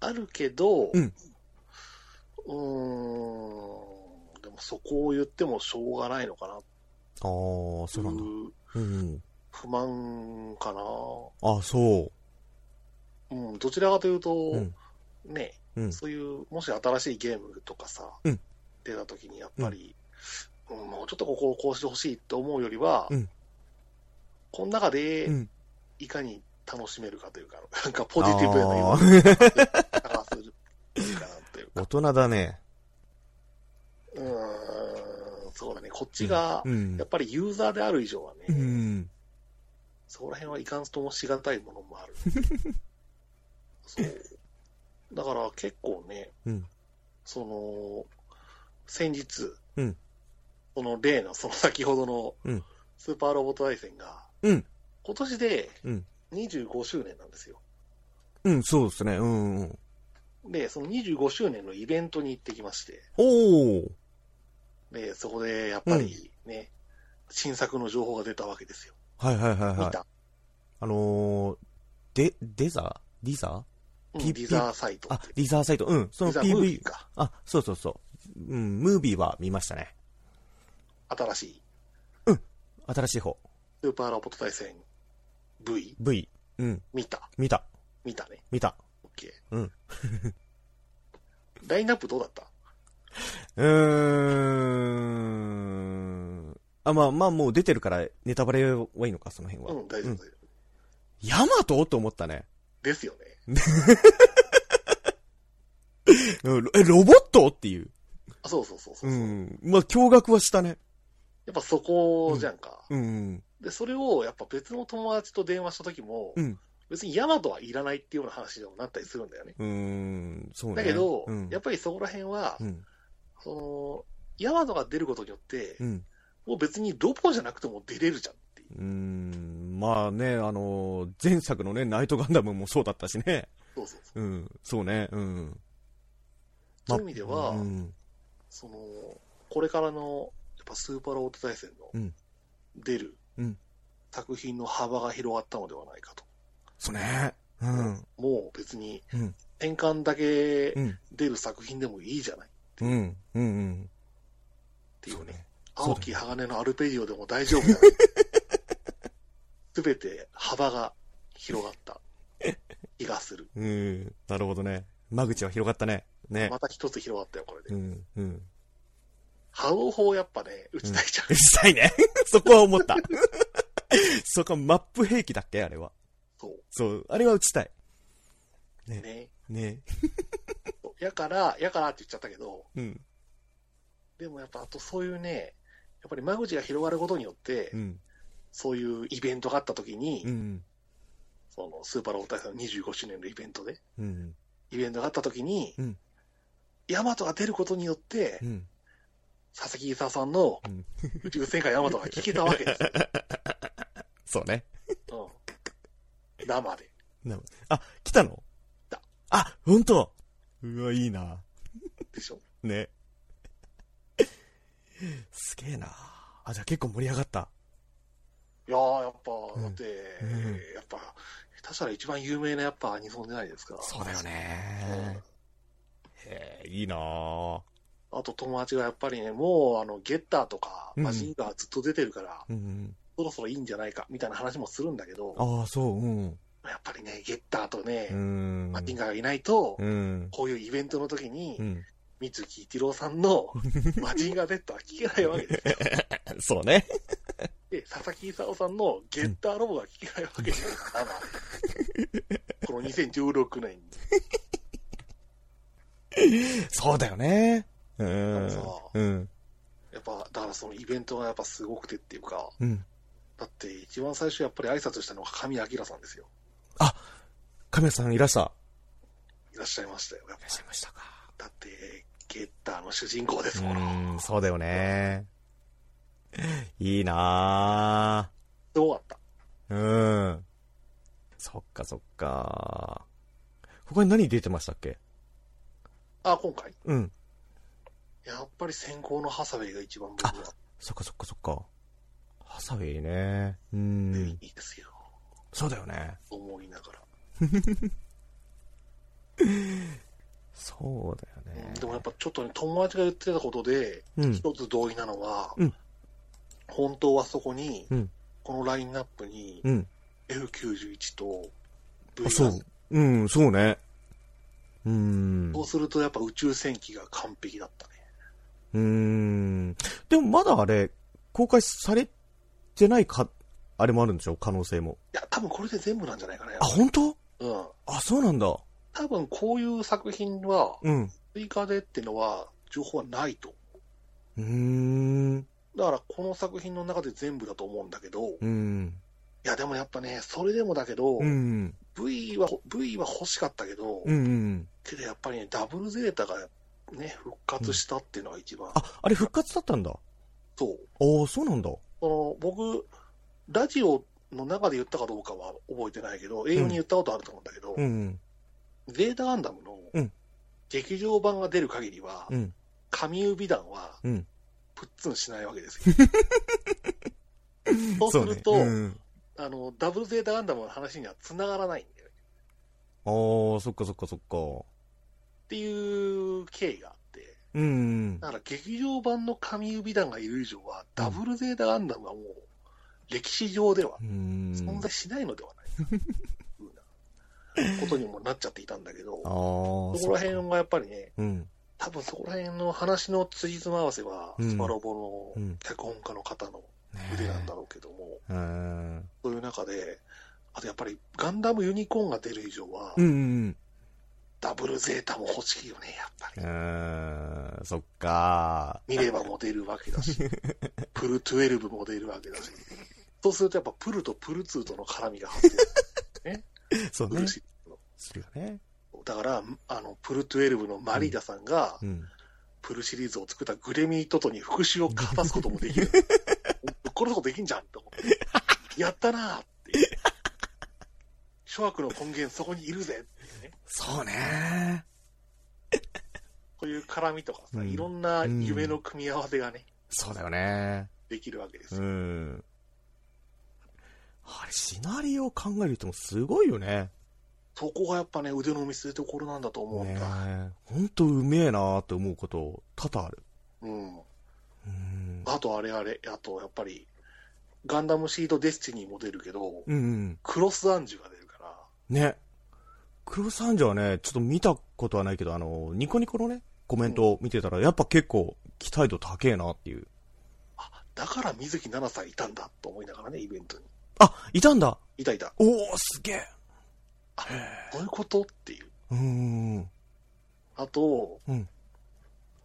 Speaker 1: あるけど、
Speaker 2: うん
Speaker 1: うーんでもそこを言ってもしょうがないのかなっ
Speaker 2: ああ、そ
Speaker 1: ていう
Speaker 2: なんだ。
Speaker 1: う
Speaker 2: うん。
Speaker 1: 不満かな。
Speaker 2: あそう。
Speaker 1: うん、どちらかというと、
Speaker 2: うん。
Speaker 1: ね、
Speaker 2: うん。
Speaker 1: そういう、もし新しいゲームとかさ、
Speaker 2: うん
Speaker 1: 出たときにやっぱり、うんもうちょっとここをこうしてほしいと思うよりは、
Speaker 2: うん
Speaker 1: この中で
Speaker 2: うん
Speaker 1: いかに楽しめるかというか、なんかポジティブな
Speaker 2: あ
Speaker 1: 要素を
Speaker 2: ー
Speaker 1: 探すかなっていう
Speaker 2: 大
Speaker 1: か、
Speaker 2: 人だね。
Speaker 1: うーん、そうだね、こっちが、
Speaker 2: うん
Speaker 1: やっ。ぱりユーザーである以上はね、
Speaker 2: うん。
Speaker 1: そこら辺はいかんともしがたいものも ある。そう。だから結構ね、
Speaker 2: うん
Speaker 1: その、先日、
Speaker 2: うん
Speaker 1: その例の、その先ほどの、
Speaker 2: うん
Speaker 1: スーパーロボット大戦が、
Speaker 2: うん
Speaker 1: 今年で
Speaker 2: うん
Speaker 1: 25周年なんですよ。
Speaker 2: うん、そうですね。うんうん。
Speaker 1: で、その25周年のイベントに行ってきまして、
Speaker 2: おー
Speaker 1: で、そこでやっぱりね、新作の情報が出たわけですよ。
Speaker 2: はいはいはいは
Speaker 1: 見
Speaker 2: い。
Speaker 1: た。
Speaker 2: あのー、で、デザリザ
Speaker 1: うん
Speaker 2: ピ
Speaker 1: リザーサイト
Speaker 2: あ
Speaker 1: って。、
Speaker 2: リザーサイト。うん。その
Speaker 1: リザームービ
Speaker 2: PV
Speaker 1: ー。か。
Speaker 2: あ、そうそうそう。うん、ムービーは見ましたね。
Speaker 1: 新しい。
Speaker 2: 新しい方。
Speaker 1: スーパーロボット対戦 V
Speaker 2: V。うん、
Speaker 1: 見た
Speaker 2: 見た。
Speaker 1: 見たね。
Speaker 2: 見た。
Speaker 1: OK。
Speaker 2: うん
Speaker 1: ラインナップどうだった
Speaker 2: うーん。あ、まあまあ、もう出てるから、ネタバレはいいのか、その辺
Speaker 1: う
Speaker 2: は。
Speaker 1: ん、大丈夫、
Speaker 2: うん
Speaker 1: 大丈夫。
Speaker 2: ヤマトと思ったね。
Speaker 1: ですよね。
Speaker 2: うんえ、ロボットっていう。
Speaker 1: あそうそうそうそうう、
Speaker 2: ん。まあ、驚愕はしたね。
Speaker 1: やっぱそこじゃんか。
Speaker 2: うん。
Speaker 1: で、それをやっぱ別の友達と電話した時も、
Speaker 2: うん
Speaker 1: 別にヤマトはいらないっていうような話にもなったりするんだよね。
Speaker 2: うん、そうね。
Speaker 1: だけど、
Speaker 2: うん。
Speaker 1: やっぱりそこら辺は、
Speaker 2: うん。
Speaker 1: その、ヤマトが出ることによって、
Speaker 2: うん。
Speaker 1: もう別にロボじゃなくても出れるじゃんっていう。
Speaker 2: うん。まあね、あの、前作のね、ナイトガンダムもそうだったしね。
Speaker 1: そうそうそう。
Speaker 2: うん。そうね。うん。
Speaker 1: そういう意味では、
Speaker 2: うん。
Speaker 1: そのこれからのやっぱスーパーロボット大戦
Speaker 2: う
Speaker 1: の
Speaker 2: ん
Speaker 1: 出る
Speaker 2: うん
Speaker 1: 作品の幅が広がったのではないかと、
Speaker 2: そうね。うん。
Speaker 1: もう別に
Speaker 2: うん
Speaker 1: 転換だけ
Speaker 2: うん。
Speaker 1: 出る作品でもいいじゃないっ
Speaker 2: うん。うん。うん。
Speaker 1: ていうね、
Speaker 2: そうね
Speaker 1: 青き鋼のアルペジオでも大丈夫じゃない、 すべて幅が広がった気がする、
Speaker 2: うん。なるほどね。間口は広がったね。ね。
Speaker 1: また一つ広がったよ、これ
Speaker 2: う
Speaker 1: で、
Speaker 2: ん。うん。
Speaker 1: 波動砲やっぱね、打ちたいじゃん、
Speaker 2: うるさいね。 そこは思った。 そこはマップ兵器だっけあれは。
Speaker 1: そ
Speaker 2: そう。あれは打ちたい。
Speaker 1: うね、
Speaker 2: ね。
Speaker 1: そうやから、やからって言っちゃったけど、
Speaker 2: うん。
Speaker 1: でもやっぱ、あとそういうね、やっぱり間口が広がることによって、
Speaker 2: うん。
Speaker 1: そういうイベントがあったときに、
Speaker 2: うん。
Speaker 1: そのスーパーロボット大戦の25周年のイベントで、
Speaker 2: うん。
Speaker 1: イベントがあったときに、
Speaker 2: うん
Speaker 1: ヤマトが出ることによって、
Speaker 2: うん。
Speaker 1: 佐々木勲さんの
Speaker 2: うん
Speaker 1: 宇宙戦艦ヤマトが聞けたわけですよ。
Speaker 2: そうね。
Speaker 1: うん、生で。
Speaker 2: あ、来たの
Speaker 1: た
Speaker 2: あ、ほんとうわ、いいな。
Speaker 1: でしょ
Speaker 2: ね。 すげえな。あ、じゃあ結構盛り上がった。
Speaker 1: いやー、やっぱ、
Speaker 2: うん
Speaker 1: だって、
Speaker 2: うん
Speaker 1: やっぱ、下手したら一番有名なやっぱアニソンじゃないですか。
Speaker 2: そうだよね。へえ、いいな
Speaker 1: あと友達がやっぱりね、もう、あの、ゲッターとか、
Speaker 2: うん
Speaker 1: マジンガーずっと出てるから、
Speaker 2: うん。
Speaker 1: そろそろいいんじゃないか、みたいな話もするんだけど、
Speaker 2: ああ、そう、うん。
Speaker 1: やっぱりね、ゲッターとね、
Speaker 2: うん。
Speaker 1: マジンガーがいないと、
Speaker 2: うん。
Speaker 1: こういうイベントの時に、
Speaker 2: うん。
Speaker 1: 三木一郎さん のマジンガーデッドは聞けないわけですよ。
Speaker 2: そうね。
Speaker 1: で、佐々木功さんのゲッターロボが聞けないわけ ですよ。生でこの2016年に。
Speaker 2: そうだよね。うん。うん。
Speaker 1: やっぱ、だからそのイベントがやっぱすごくてっていうか、
Speaker 2: うん。
Speaker 1: だって一番最初やっぱり挨拶したのが神明さんですよ。
Speaker 2: 神谷さんいらした。い
Speaker 1: いらっしゃいましたよ。やっぱ
Speaker 2: らっしゃいましたか。
Speaker 1: だって、ゲッターの主人公です
Speaker 2: う
Speaker 1: もの。
Speaker 2: ん、そうだよね。いいな
Speaker 1: すごかった。
Speaker 2: うん。そっかそっか。他に何出てましたっけ
Speaker 1: あ、今回。
Speaker 2: うん。
Speaker 1: やっぱり先行のハサウェイが一番僕は、
Speaker 2: そっかそっかそっか。ハサウェイね。う
Speaker 1: ね
Speaker 2: ん。
Speaker 1: いいですよ。
Speaker 2: そうだよね。
Speaker 1: と思いながら。
Speaker 2: そうだよ
Speaker 1: う
Speaker 2: ね
Speaker 1: ん。でもやっぱちょっとね、友達が言ってたことで、
Speaker 2: うん。
Speaker 1: 一つ同意なのは、
Speaker 2: うん
Speaker 1: 本当はそこに、
Speaker 2: うん
Speaker 1: このラインナップに、
Speaker 2: うん。
Speaker 1: F91 と
Speaker 2: あそう。うん、そうね。うん。
Speaker 1: そうするとやっぱ宇宙戦記が完璧だったね。
Speaker 2: うーん。でもまだあれ、公開されてないか、あれもあるんでしょ可能性も。
Speaker 1: いや、多分これで全部なんじゃないかね。
Speaker 2: あ、本当
Speaker 1: うん。
Speaker 2: あ、そうなんだ。
Speaker 1: 多分こういう作品は、
Speaker 2: うん。
Speaker 1: 追加でってのは、情報はないと。
Speaker 2: うーん。
Speaker 1: だからこの作品の中で全部だと思うんだけど、い
Speaker 2: うん。
Speaker 1: やでもやっぱね、それでもだけど、
Speaker 2: うん。うん。
Speaker 1: V は、V は欲しかったけど、
Speaker 2: うん。
Speaker 1: けどやっぱりね、ダブルゼータがね、復活したっていうのが一番、
Speaker 2: あ、あれ復活だったんだ。
Speaker 1: そう。
Speaker 2: ああ、そうなんだ。
Speaker 1: その僕、ラジオの中で言ったかどうかは覚えてないけど、英語に言ったことあると思うんだけど、
Speaker 2: うん。
Speaker 1: ゼータガンダム
Speaker 2: う
Speaker 1: の
Speaker 2: ん
Speaker 1: 劇場版が出る限りは、
Speaker 2: うん。
Speaker 1: 神指弾は
Speaker 2: うん。
Speaker 1: プッツンしないわけです よ。そうすると、
Speaker 2: ねうん、
Speaker 1: あの、ダブルゼータガンダムの話には繋がらないんだよね。
Speaker 2: ああ、そっかそっかそっか。
Speaker 1: っていう経緯があって、
Speaker 2: うん。
Speaker 1: だから劇場版の神指弾がいる以上は、ダブルゼータガンダムはもう、歴史上では
Speaker 2: うん。
Speaker 1: 存在しないのではないか、う なことにもなっちゃっていたんだけど、
Speaker 2: ああ、そ
Speaker 1: そこら
Speaker 2: っか
Speaker 1: 辺がやっぱりね、
Speaker 2: うん。
Speaker 1: 多分そこら辺の話のつじつま合わせは、
Speaker 2: うん
Speaker 1: スパロボ
Speaker 2: う
Speaker 1: の
Speaker 2: ん。
Speaker 1: 脚本家の方の
Speaker 2: ね
Speaker 1: 腕なんだろうけども、
Speaker 2: うん。
Speaker 1: そういう中で、あとやっぱりガンダムユニコーンが出る以上は
Speaker 2: う、ん。
Speaker 1: ダブルゼータも欲しいよね、やっぱり。
Speaker 2: うん。そっか。
Speaker 1: 見ればモデルわけだ し、プル12も出るわけだし、そうするとやっぱプルとプル2との絡みが発
Speaker 2: そう
Speaker 1: 生す
Speaker 2: ね。
Speaker 1: るし、
Speaker 2: するよね。
Speaker 1: だから、あの、プル12のマリダさんが、
Speaker 2: うん。
Speaker 1: プルシリーズを作ったグレミートとに復讐を果たすこともでき る。ぶっ殺すことできんじゃんって思って。やったなーっていう。諸悪の根源そこにいるぜっていうね。
Speaker 2: そうね。
Speaker 1: こういう絡みとかさ、
Speaker 2: うん
Speaker 1: いろんな夢の組み合わせがね、
Speaker 2: そうだよね。
Speaker 1: できるわけです
Speaker 2: う
Speaker 1: よ。
Speaker 2: ん。あれ、シナリオを考える人もすごいよね。
Speaker 1: そこがやっぱね、腕の見せ所なんだと思うん
Speaker 2: ね
Speaker 1: だ。
Speaker 2: え。ほんとうめえなーって思うこと多々ある。
Speaker 1: うん。
Speaker 2: うん。
Speaker 1: あとあれあれ、あとやっぱり、ガンダムシードデスティニーも出るけど、
Speaker 2: うんうん。
Speaker 1: クロスアンジュが出るから、
Speaker 2: ね。クロスアンジャーはね、ちょっと見たことはないけど、あの、ニコニコのね、コメントを見てたら、やっぱ結構、期待度高えなっていう。
Speaker 1: あ、だから水木奈々さんいたんだと思いながらね、イベントに。
Speaker 2: あ、いたんだ
Speaker 1: いたいた。
Speaker 2: おおすげえ
Speaker 1: どういうことっていう。
Speaker 2: うんうん。
Speaker 1: あと、
Speaker 2: うん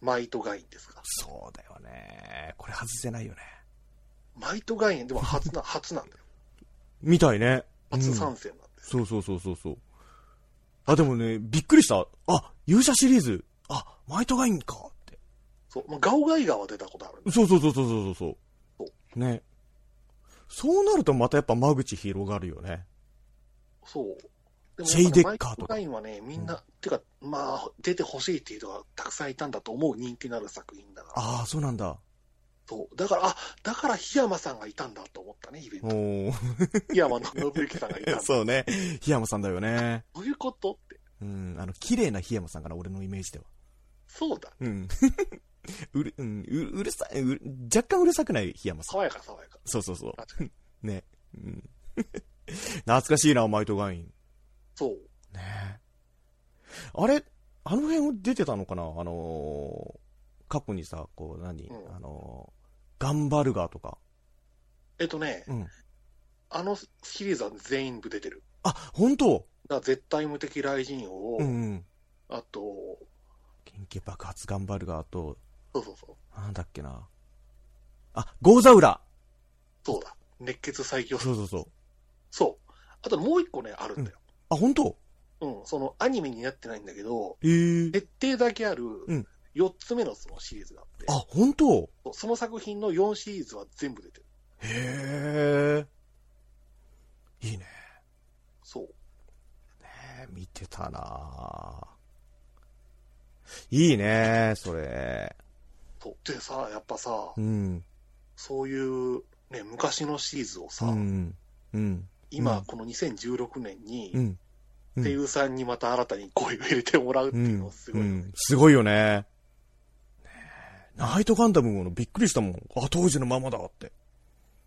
Speaker 1: マイトガインですか。
Speaker 2: そうだよね。これ外せないよね。
Speaker 1: マイトガインでも初 な、初なんだよ。
Speaker 2: みたいね。う
Speaker 1: 初
Speaker 2: ん
Speaker 1: 参戦なんです。
Speaker 2: そうそうそうそうそう。あ、でもね、びっくりした。あ、勇者シリーズ。あ、マイトガインかって。
Speaker 1: そう。まあ、ガオガイガーは出たことあるんだ
Speaker 2: そうそうそうそうそうそうそう。ね。そうなるとまたやっぱ間口広がるよね。
Speaker 1: そう。で
Speaker 2: ジェイデッカー
Speaker 1: やっぱねマイ
Speaker 2: とか
Speaker 1: クラインはね、みんな、てか、まあ、出てほしいっていう人がたくさんいたんだと思う人気のある作品だから。
Speaker 2: ああ、そうなんだ。
Speaker 1: そう。だから、あ、だから檜山さんがいたんだと思ったね、イベント
Speaker 2: お。ー
Speaker 1: 檜 山の信之さんがいたんだ。そ
Speaker 2: そうね。檜山さんだよね。
Speaker 1: ういうことって。
Speaker 2: うん、あの、綺麗な檜山さんかな、俺のイメージでは。
Speaker 1: そうだ。
Speaker 2: うん。 うる、うん、ううるさい、うる若干うるさくない檜山さん。
Speaker 1: 爽やか爽やか。
Speaker 2: そうそうそう。
Speaker 1: 確かに。
Speaker 2: ね。うん、 懐かしいな、マイトガイン。
Speaker 1: そう。
Speaker 2: ねあれ、あの辺を出てたのかなあのー過去にさ、こう何、
Speaker 1: うん
Speaker 2: あのーガンバルガーとか。
Speaker 1: えっとね、
Speaker 2: うん。
Speaker 1: あのシリーズは全員出てる。
Speaker 2: あ、本当
Speaker 1: だから絶対無敵雷神王、
Speaker 2: うんうん。
Speaker 1: あと、
Speaker 2: 緊急爆発ガンバルガーと、
Speaker 1: そうそうそう。
Speaker 2: なんだっけな。あ、ゴーザウラ
Speaker 1: そうだ。熱血最強。
Speaker 2: そうそうそう。
Speaker 1: そう。あともう一個ね、あるんだよ。
Speaker 2: あ、本当
Speaker 1: うん。そのアニメになってないんだけど、
Speaker 2: ええ
Speaker 1: 設定だけある
Speaker 2: うん
Speaker 1: 4つ目のそのシリーズがあって、
Speaker 2: あ、本当
Speaker 1: そうその作品の4シリーズは全部出てる。
Speaker 2: へえ。いいね。
Speaker 1: そう。
Speaker 2: ね見てたなあいいねそれ。
Speaker 1: そうでさ、やっぱさ、
Speaker 2: うん。
Speaker 1: そういう、ね、昔のシリーズをさ、
Speaker 2: うん。うん。う
Speaker 1: 今
Speaker 2: ん、
Speaker 1: この2016年に、
Speaker 2: うん。うん
Speaker 1: 声優さんにまた新たに声を入れてもらうって
Speaker 2: う
Speaker 1: いうの
Speaker 2: ん
Speaker 1: はすごい、
Speaker 2: うんすごいよね。ねえナイトガンダムものびっくりしたもん。あ、当時のままだって。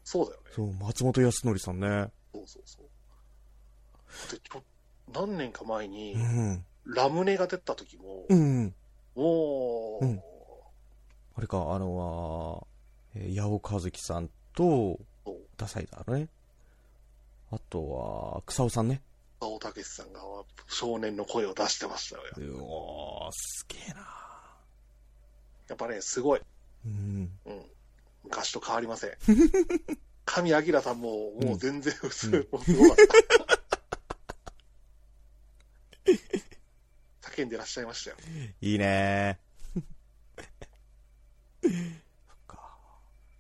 Speaker 1: そうだよね。
Speaker 2: そう、松本康則さんね。
Speaker 1: そうそうそう。で、ちょ何年か前に
Speaker 2: う、ん。
Speaker 1: ラムネが出た時も、
Speaker 2: うん。
Speaker 1: もう、
Speaker 2: うんあれか、あのー、えー八尾和樹さんと
Speaker 1: そう、
Speaker 2: ダサいだろうね。あとは、草尾さんね。
Speaker 1: 青竹さんが少年の声を出してましたよ。
Speaker 2: うおー、すげえな
Speaker 1: やっぱね、すごい。
Speaker 2: うん。
Speaker 1: うん。昔と変わり ません。神明さんも、もう全然普通、もうすごかった。 叫んでらっしゃいましたよ。
Speaker 2: いいねそっか。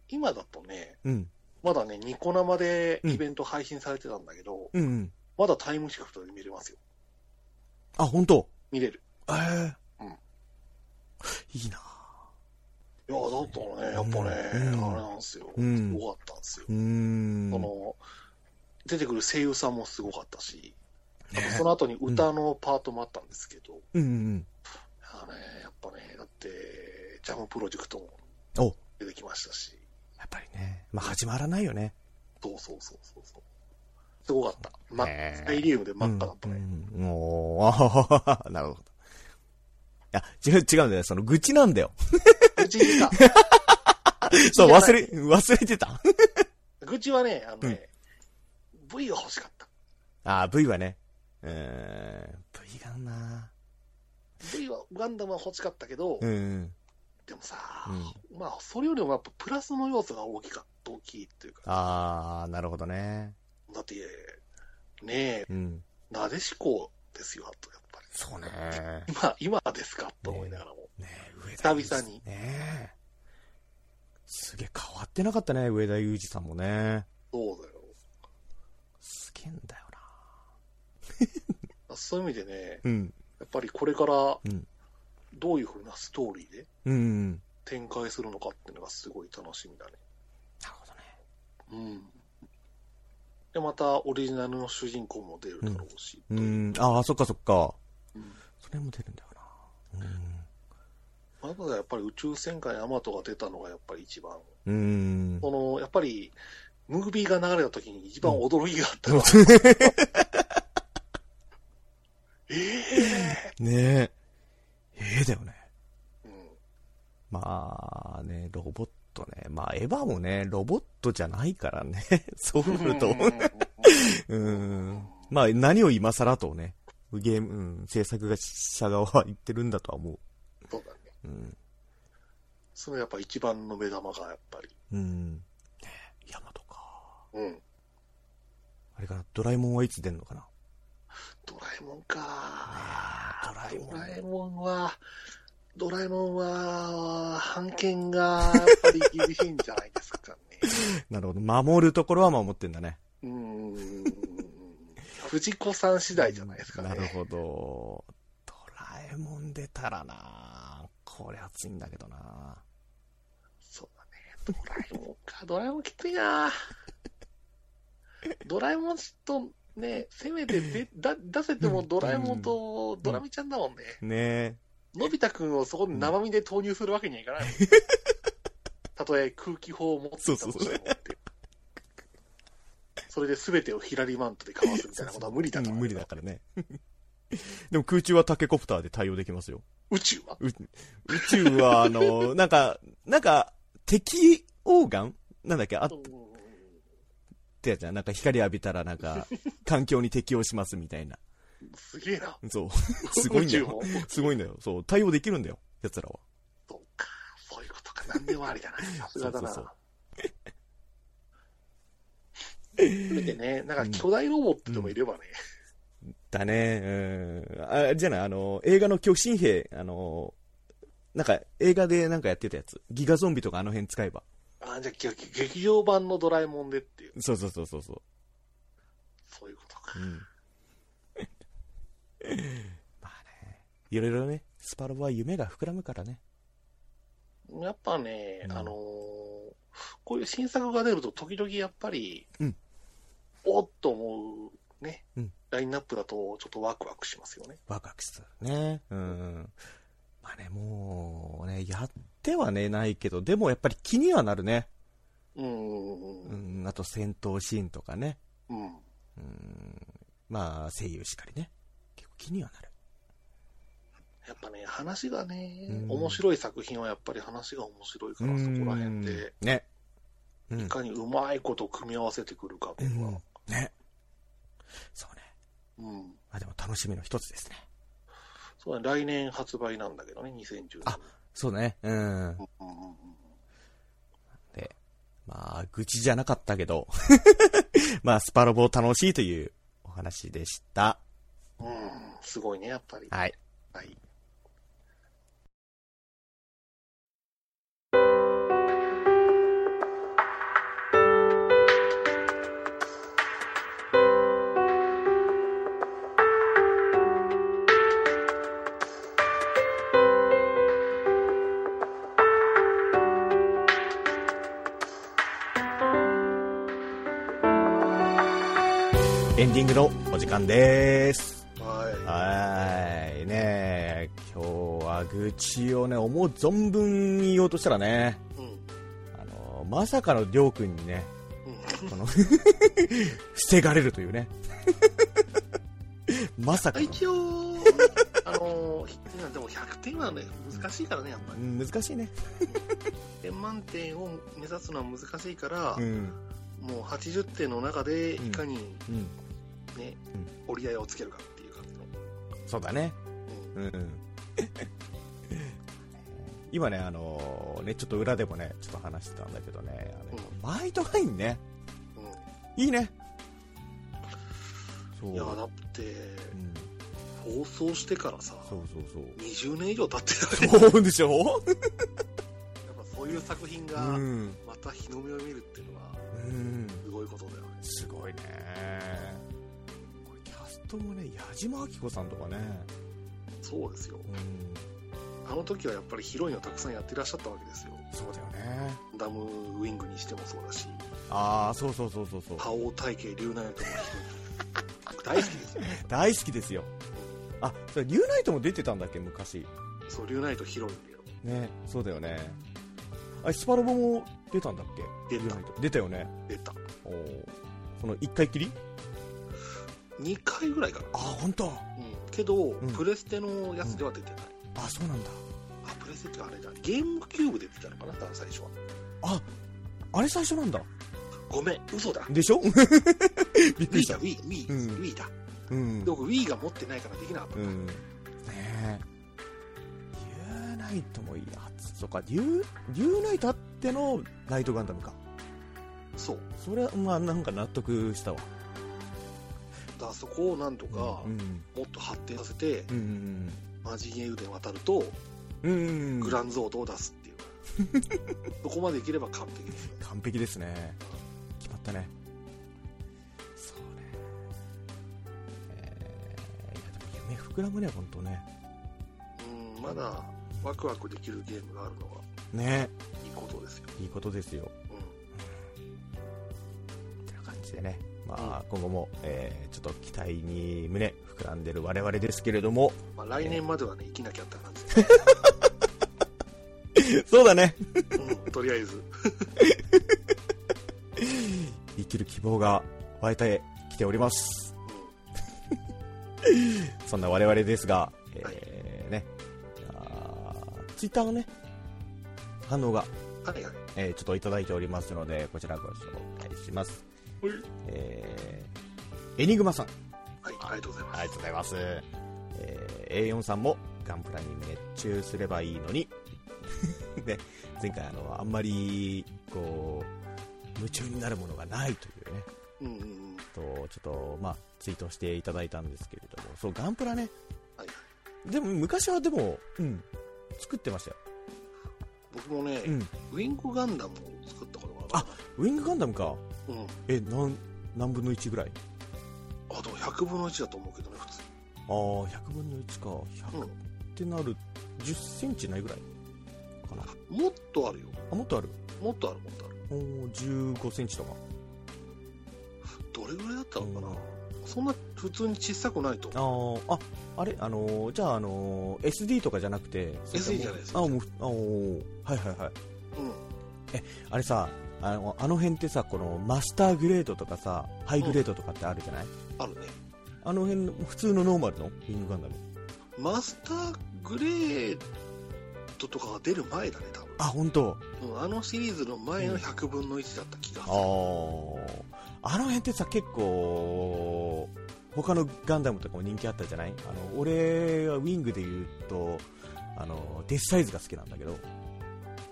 Speaker 1: 今だとね、
Speaker 2: うん。
Speaker 1: まだね、ニコ生でイベント配信されてたんだけど、
Speaker 2: うんうん。
Speaker 1: まだタイムシフトで見れますよ。
Speaker 2: あ、本当。
Speaker 1: 見れる。
Speaker 2: ええ
Speaker 1: うん
Speaker 2: いいない
Speaker 1: や、だったらね、やっぱね、
Speaker 2: うん
Speaker 1: あれなんですよ。
Speaker 2: うん
Speaker 1: すごかったんですよ。
Speaker 2: うーん。
Speaker 1: その、出てくる声優さんもすごかったし、あとその後に歌のパートもあったんですけど、
Speaker 2: うんうん
Speaker 1: あのね、やっぱね、だって、ジャムプロジェクトも
Speaker 2: うん。お、
Speaker 1: 出てきましたし、
Speaker 2: やっぱりね。まあ始まらないよね。
Speaker 1: そうそうそうそうそう。すごかった。ま、
Speaker 2: ね
Speaker 1: スタイリウムで真っ赤だったね。
Speaker 2: うんうん、おー、あ はははなるほど。あ、違う、違うんだよ。その愚痴なんだよ。
Speaker 1: 愚痴が、
Speaker 2: そう、
Speaker 1: じゃない
Speaker 2: 忘れ、忘れてた。
Speaker 1: 愚痴はね、あのね、V が欲しかった。
Speaker 2: あー、V はね。うーん、V がな
Speaker 1: V は、ガンダムは欲しかったけど、
Speaker 2: うん。
Speaker 1: でもさ、
Speaker 2: う
Speaker 1: まあ、それよりもやっぱプラスの要素が大きかった、大きいっていうか、
Speaker 2: あー、なるほどね。
Speaker 1: だって、ねえ、
Speaker 2: うん。
Speaker 1: なでしこですよ、あと、やっぱり。
Speaker 2: そうね。
Speaker 1: 今、今ですかと思いながらも。
Speaker 2: ね上田裕二
Speaker 1: 久々に
Speaker 2: ねえすげえ変わってなかったね、上田裕二さんもね。
Speaker 1: そうだよ。
Speaker 2: すげえんだよな。
Speaker 1: そういう意味でね、
Speaker 2: うん。
Speaker 1: やっぱりこれから
Speaker 2: うん、
Speaker 1: どういうふうなストーリーで
Speaker 2: うんうん。な
Speaker 1: 展開するのかっていうのがすごい楽しみだね。
Speaker 2: るほどね。
Speaker 1: うん。で、またオリジナルの主人公も出るだろうし、
Speaker 2: う。
Speaker 1: というん
Speaker 2: ああ、そっかそっか。
Speaker 1: うん
Speaker 2: それも出るんだよな。
Speaker 1: まあまだやっぱり宇宙戦艦ヤマトが出たのがやっぱり一番、
Speaker 2: うん。うん。
Speaker 1: この、やっぱり、ムービーが流れた時に一番驚きがあった のは、ええ
Speaker 2: ねえ。ええだよね。
Speaker 1: ーうん
Speaker 2: まあね、ロボットね。まあエヴァもね、ロボットじゃないからね。 そうなると。うん。まあ何を今更とね、ゲーム、うん、制作が者側は言ってるんだとは思
Speaker 1: そうだね。
Speaker 2: う。うん。
Speaker 1: それやっぱ一番の目玉がやっぱり。
Speaker 2: うん。ねえヤマトか。
Speaker 1: うん。
Speaker 2: あれかな、ドラえもんはいつ出んのかな。
Speaker 1: ドラえもんか。
Speaker 2: ドラえもん
Speaker 1: ドラえもんは、ドラえもんは、判権がやっぱり厳しいんじゃないです かね。
Speaker 2: なるほど。守るところは守ってんだね。
Speaker 1: うーん。やっ藤子さん次第じゃないですかね。
Speaker 2: なるほど。ドラえもん出たらなこれ熱いんだけどな
Speaker 1: そうだね。ドラえもんか。ドラえもんきついなドラえもんとね、せめてでだ出せてもドラえもんとドラミちゃんだもんね。
Speaker 2: ねえ。
Speaker 1: のび太くんをそこに生身で投入するわけにはい かないもん。たとえ空気砲を持っていたとしても
Speaker 2: そうそう
Speaker 1: ってそれで全てをヒラリマントでかわすみたいなことは無理だと
Speaker 2: うん
Speaker 1: 思う
Speaker 2: 無理だからね。 でも空中はタケコプターで対応できますよ。
Speaker 1: 宇宙は
Speaker 2: う宇宙は、あの、なんか、なんか、敵オーガンなんだっけあっ
Speaker 1: うん
Speaker 2: てやつじゃん。なんか光浴びたら、なんか、環境に適応しますみたいな。
Speaker 1: すげえな。
Speaker 2: そう。すごい
Speaker 1: 宇
Speaker 2: んだ
Speaker 1: 宙
Speaker 2: よ。
Speaker 1: も
Speaker 2: すごいんだよ。そう。対応できるんだよ。奴らは。
Speaker 1: そうか、そういうことか、なんでもあり だな、さすがだな。
Speaker 2: そう
Speaker 1: それでね、なんか巨大ロボットでもいればね、
Speaker 2: だね。うん。あれじゃない、あの、映画の巨神兵、あの、なんか、映画でなんかやってたやつ。ギガゾンビとかあの辺使えば。
Speaker 1: あじゃあ劇劇場版のドラえもんでっていう、
Speaker 2: そうそうそうそうそう。
Speaker 1: そういうこと か。
Speaker 2: うんまあね、いろいろね、スパロボは夢が膨らむからね。
Speaker 1: やっぱね、
Speaker 2: うん
Speaker 1: あのーこういう新作が出ると、時々やっぱり、
Speaker 2: うん
Speaker 1: おっと思うね、
Speaker 2: うん
Speaker 1: ラインナップだと、ちょっとワクワクしますよね。
Speaker 2: ワクワクするね。うん。まあね、もうね、やってはね、ないけど、でもやっぱり気にはなるね。
Speaker 1: うん、
Speaker 2: う
Speaker 1: うん、
Speaker 2: ん、あと戦闘シーンとかね。
Speaker 1: うん。
Speaker 2: うん。まあ、声優しかりね。結構気にはなる。
Speaker 1: やっぱね、話がね、
Speaker 2: うん
Speaker 1: 面白い作品はやっぱり話が面白いから、そこら辺で。
Speaker 2: うん。ね。う
Speaker 1: い
Speaker 2: ん。
Speaker 1: かにうまいこと組み合わせてくるかっていうのは、
Speaker 2: ね。そうね。
Speaker 1: うん
Speaker 2: まあでも楽しみの一つですね。
Speaker 1: そうだね来年発売なんだけどね、2010年。
Speaker 2: あそうね。うん。
Speaker 1: うんうんうん
Speaker 2: で、まあ、愚痴じゃなかったけど、 まあ、スパロボ楽しいというお話でした。
Speaker 1: うん、すごいね、やっぱり。
Speaker 2: はい。
Speaker 1: はい
Speaker 2: エンディングのお時間です。
Speaker 1: は
Speaker 2: はーい。ねえ今日は愚痴をね、思う存分言おうとしたらね、
Speaker 1: い。うん。
Speaker 2: あの、まさかのりょうくんにね、
Speaker 1: うん
Speaker 2: この 防がれるというね。 まさかの。
Speaker 1: 一応、 あのー、でも100点はね、難しいからね、やっぱ
Speaker 2: う
Speaker 1: り。
Speaker 2: ん難しいね。
Speaker 1: 点満点を目指すのは難しいから、
Speaker 2: うん。
Speaker 1: もう80点の中で、い
Speaker 2: うん
Speaker 1: かに
Speaker 2: うん。
Speaker 1: ね、折り合いをつけるかっていう感じの。
Speaker 2: そうだね。
Speaker 1: うん
Speaker 2: うん、 今ね、あのね、ちょっと裏でもね、ちょっと話してたんだけどね、あのマイトラインね、
Speaker 1: うん
Speaker 2: いいね。そう。
Speaker 1: いや、だって、
Speaker 2: うん、
Speaker 1: 放送してからさ、
Speaker 2: そうそうそう。
Speaker 1: 20年以上経ってたね。
Speaker 2: そうでしょ
Speaker 1: やっぱそういう作品
Speaker 2: う
Speaker 1: が、
Speaker 2: ん。
Speaker 1: また日の目を見るっていうのは
Speaker 2: うん。
Speaker 1: すごいことだよね
Speaker 2: すごいね。これキャストもね、矢島明子さんとかね。
Speaker 1: そうですよ
Speaker 2: うん。
Speaker 1: あの時はやっぱりヒロインをたくさんやってらっしゃったわけですよ
Speaker 2: そうだよね。
Speaker 1: ダムウィングにしてもそうだし
Speaker 2: ああ、そうそうそうそうそう。
Speaker 1: 覇王体系リュウナイトもヒロイン大好きですよね
Speaker 2: 大好きですよ。あ、それ、ニューナイトも出てたんだっけ、昔。
Speaker 1: そうリュウナイトヒロインだよ
Speaker 2: ねそうだよねあれスパロボも出たんだっけ
Speaker 1: 出た
Speaker 2: 出たよね
Speaker 1: 出た
Speaker 2: おーその1回きり
Speaker 1: 2回ぐらいかな、
Speaker 2: あ本当。
Speaker 1: うん、けど、
Speaker 2: ん
Speaker 1: プレステのやつでは出てない、
Speaker 2: あそうなんだ
Speaker 1: あプレステってあれだゲームキューブで出てたのかなだから最初は
Speaker 2: あれ最初なんだ
Speaker 1: ごめん嘘だ
Speaker 2: でし ょびっくり
Speaker 1: Wii
Speaker 2: した
Speaker 1: だ WiiWii、
Speaker 2: うん
Speaker 1: Wii だ
Speaker 2: うん
Speaker 1: でも Wii が持ってないからできなかった、
Speaker 2: うんねえユーナイトもいいあそうかユーユーナイトあってのライトガンダムか
Speaker 1: そう
Speaker 2: それはまあなんか納得したわ
Speaker 1: だからそこをなんとか
Speaker 2: うん
Speaker 1: もっと発展させて、
Speaker 2: うん
Speaker 1: マジン英雄伝渡ると
Speaker 2: うんうん
Speaker 1: グランゾードを出すっていう、そこまでいければ完璧ですよ
Speaker 2: 完璧ですね決まったねそうねね、膨らむね、ほんとね。
Speaker 1: うん、まだワクワクできるゲームがあるのは
Speaker 2: ね
Speaker 1: いいことですよ。
Speaker 2: いいことですよ。
Speaker 1: うん。
Speaker 2: ってな感じでね。まあ、今後も、えーちょっと期待に胸膨らんでる我々ですけれども、
Speaker 1: まあ、来年まではね、生きなきゃって感じ
Speaker 2: そうだね。
Speaker 1: で、うん、とりあえず。
Speaker 2: 生きる希望が湧いてきております。
Speaker 1: う
Speaker 2: そんな我々ですが、
Speaker 1: は
Speaker 2: えー、ね、あーツイッターのね、反応が、
Speaker 1: ん。はいはい。
Speaker 2: えーちょっといただいておりますので、こちらご紹介します。
Speaker 1: ほい
Speaker 2: えーエニグマさん、
Speaker 1: はい、ありがとうございます。
Speaker 2: ありがとうございます。えー A4 さんもガンプラに熱中すればいいのに。 ね、前回あの、あんまり、こう、夢中になるものがないというね、
Speaker 1: うんうんうん。
Speaker 2: とちょっと、まあ、ツイートしていただいたんですけれども、そう、ガンプラね。
Speaker 1: はいはい。
Speaker 2: でも、昔はでも、うん、作ってましたよ。
Speaker 1: 僕もね、
Speaker 2: うん。
Speaker 1: ウィングガンダムを作ったことがある。
Speaker 2: ウィングガンダムか。
Speaker 1: あ、うん。
Speaker 2: え、なん、何分の1ぐらい
Speaker 1: あと100分の1だと思うけどね、普通。
Speaker 2: ああ、100分の1か。100
Speaker 1: うん
Speaker 2: ってなる、10センチないぐらいかな。
Speaker 1: もっとあるよ。
Speaker 2: あ、もっとある。
Speaker 1: もっとある、もっとある。
Speaker 2: おー15センチとか。
Speaker 1: どれぐらいだったのかな、
Speaker 2: うん
Speaker 1: そんな普通に小さくないと
Speaker 2: あ
Speaker 1: 思う。
Speaker 2: ーあ、あれあのーじゃあ、あのー SD とかじゃなくて、
Speaker 1: SD じゃないです
Speaker 2: あ、もう、あおーはいはいはい。
Speaker 1: う
Speaker 2: あれさ、あの、あの辺ってさ、このマスターグレードとかさ、ハイグレードとかってあるじゃない、
Speaker 1: ん。あるね。
Speaker 2: あの辺の、普通のノーマルのウィングガンダム。
Speaker 1: マスターグレードとかが出る前だね、多
Speaker 2: あ、本当。
Speaker 1: 分。うん、あのシリーズの前の100分の1だった気が
Speaker 2: あ
Speaker 1: する。
Speaker 2: ーあの辺ってさ、結構、他のガンダムとかも人気あったじゃないあの、俺はウィングで言うと、あの、デスサイズが好きなんだけど、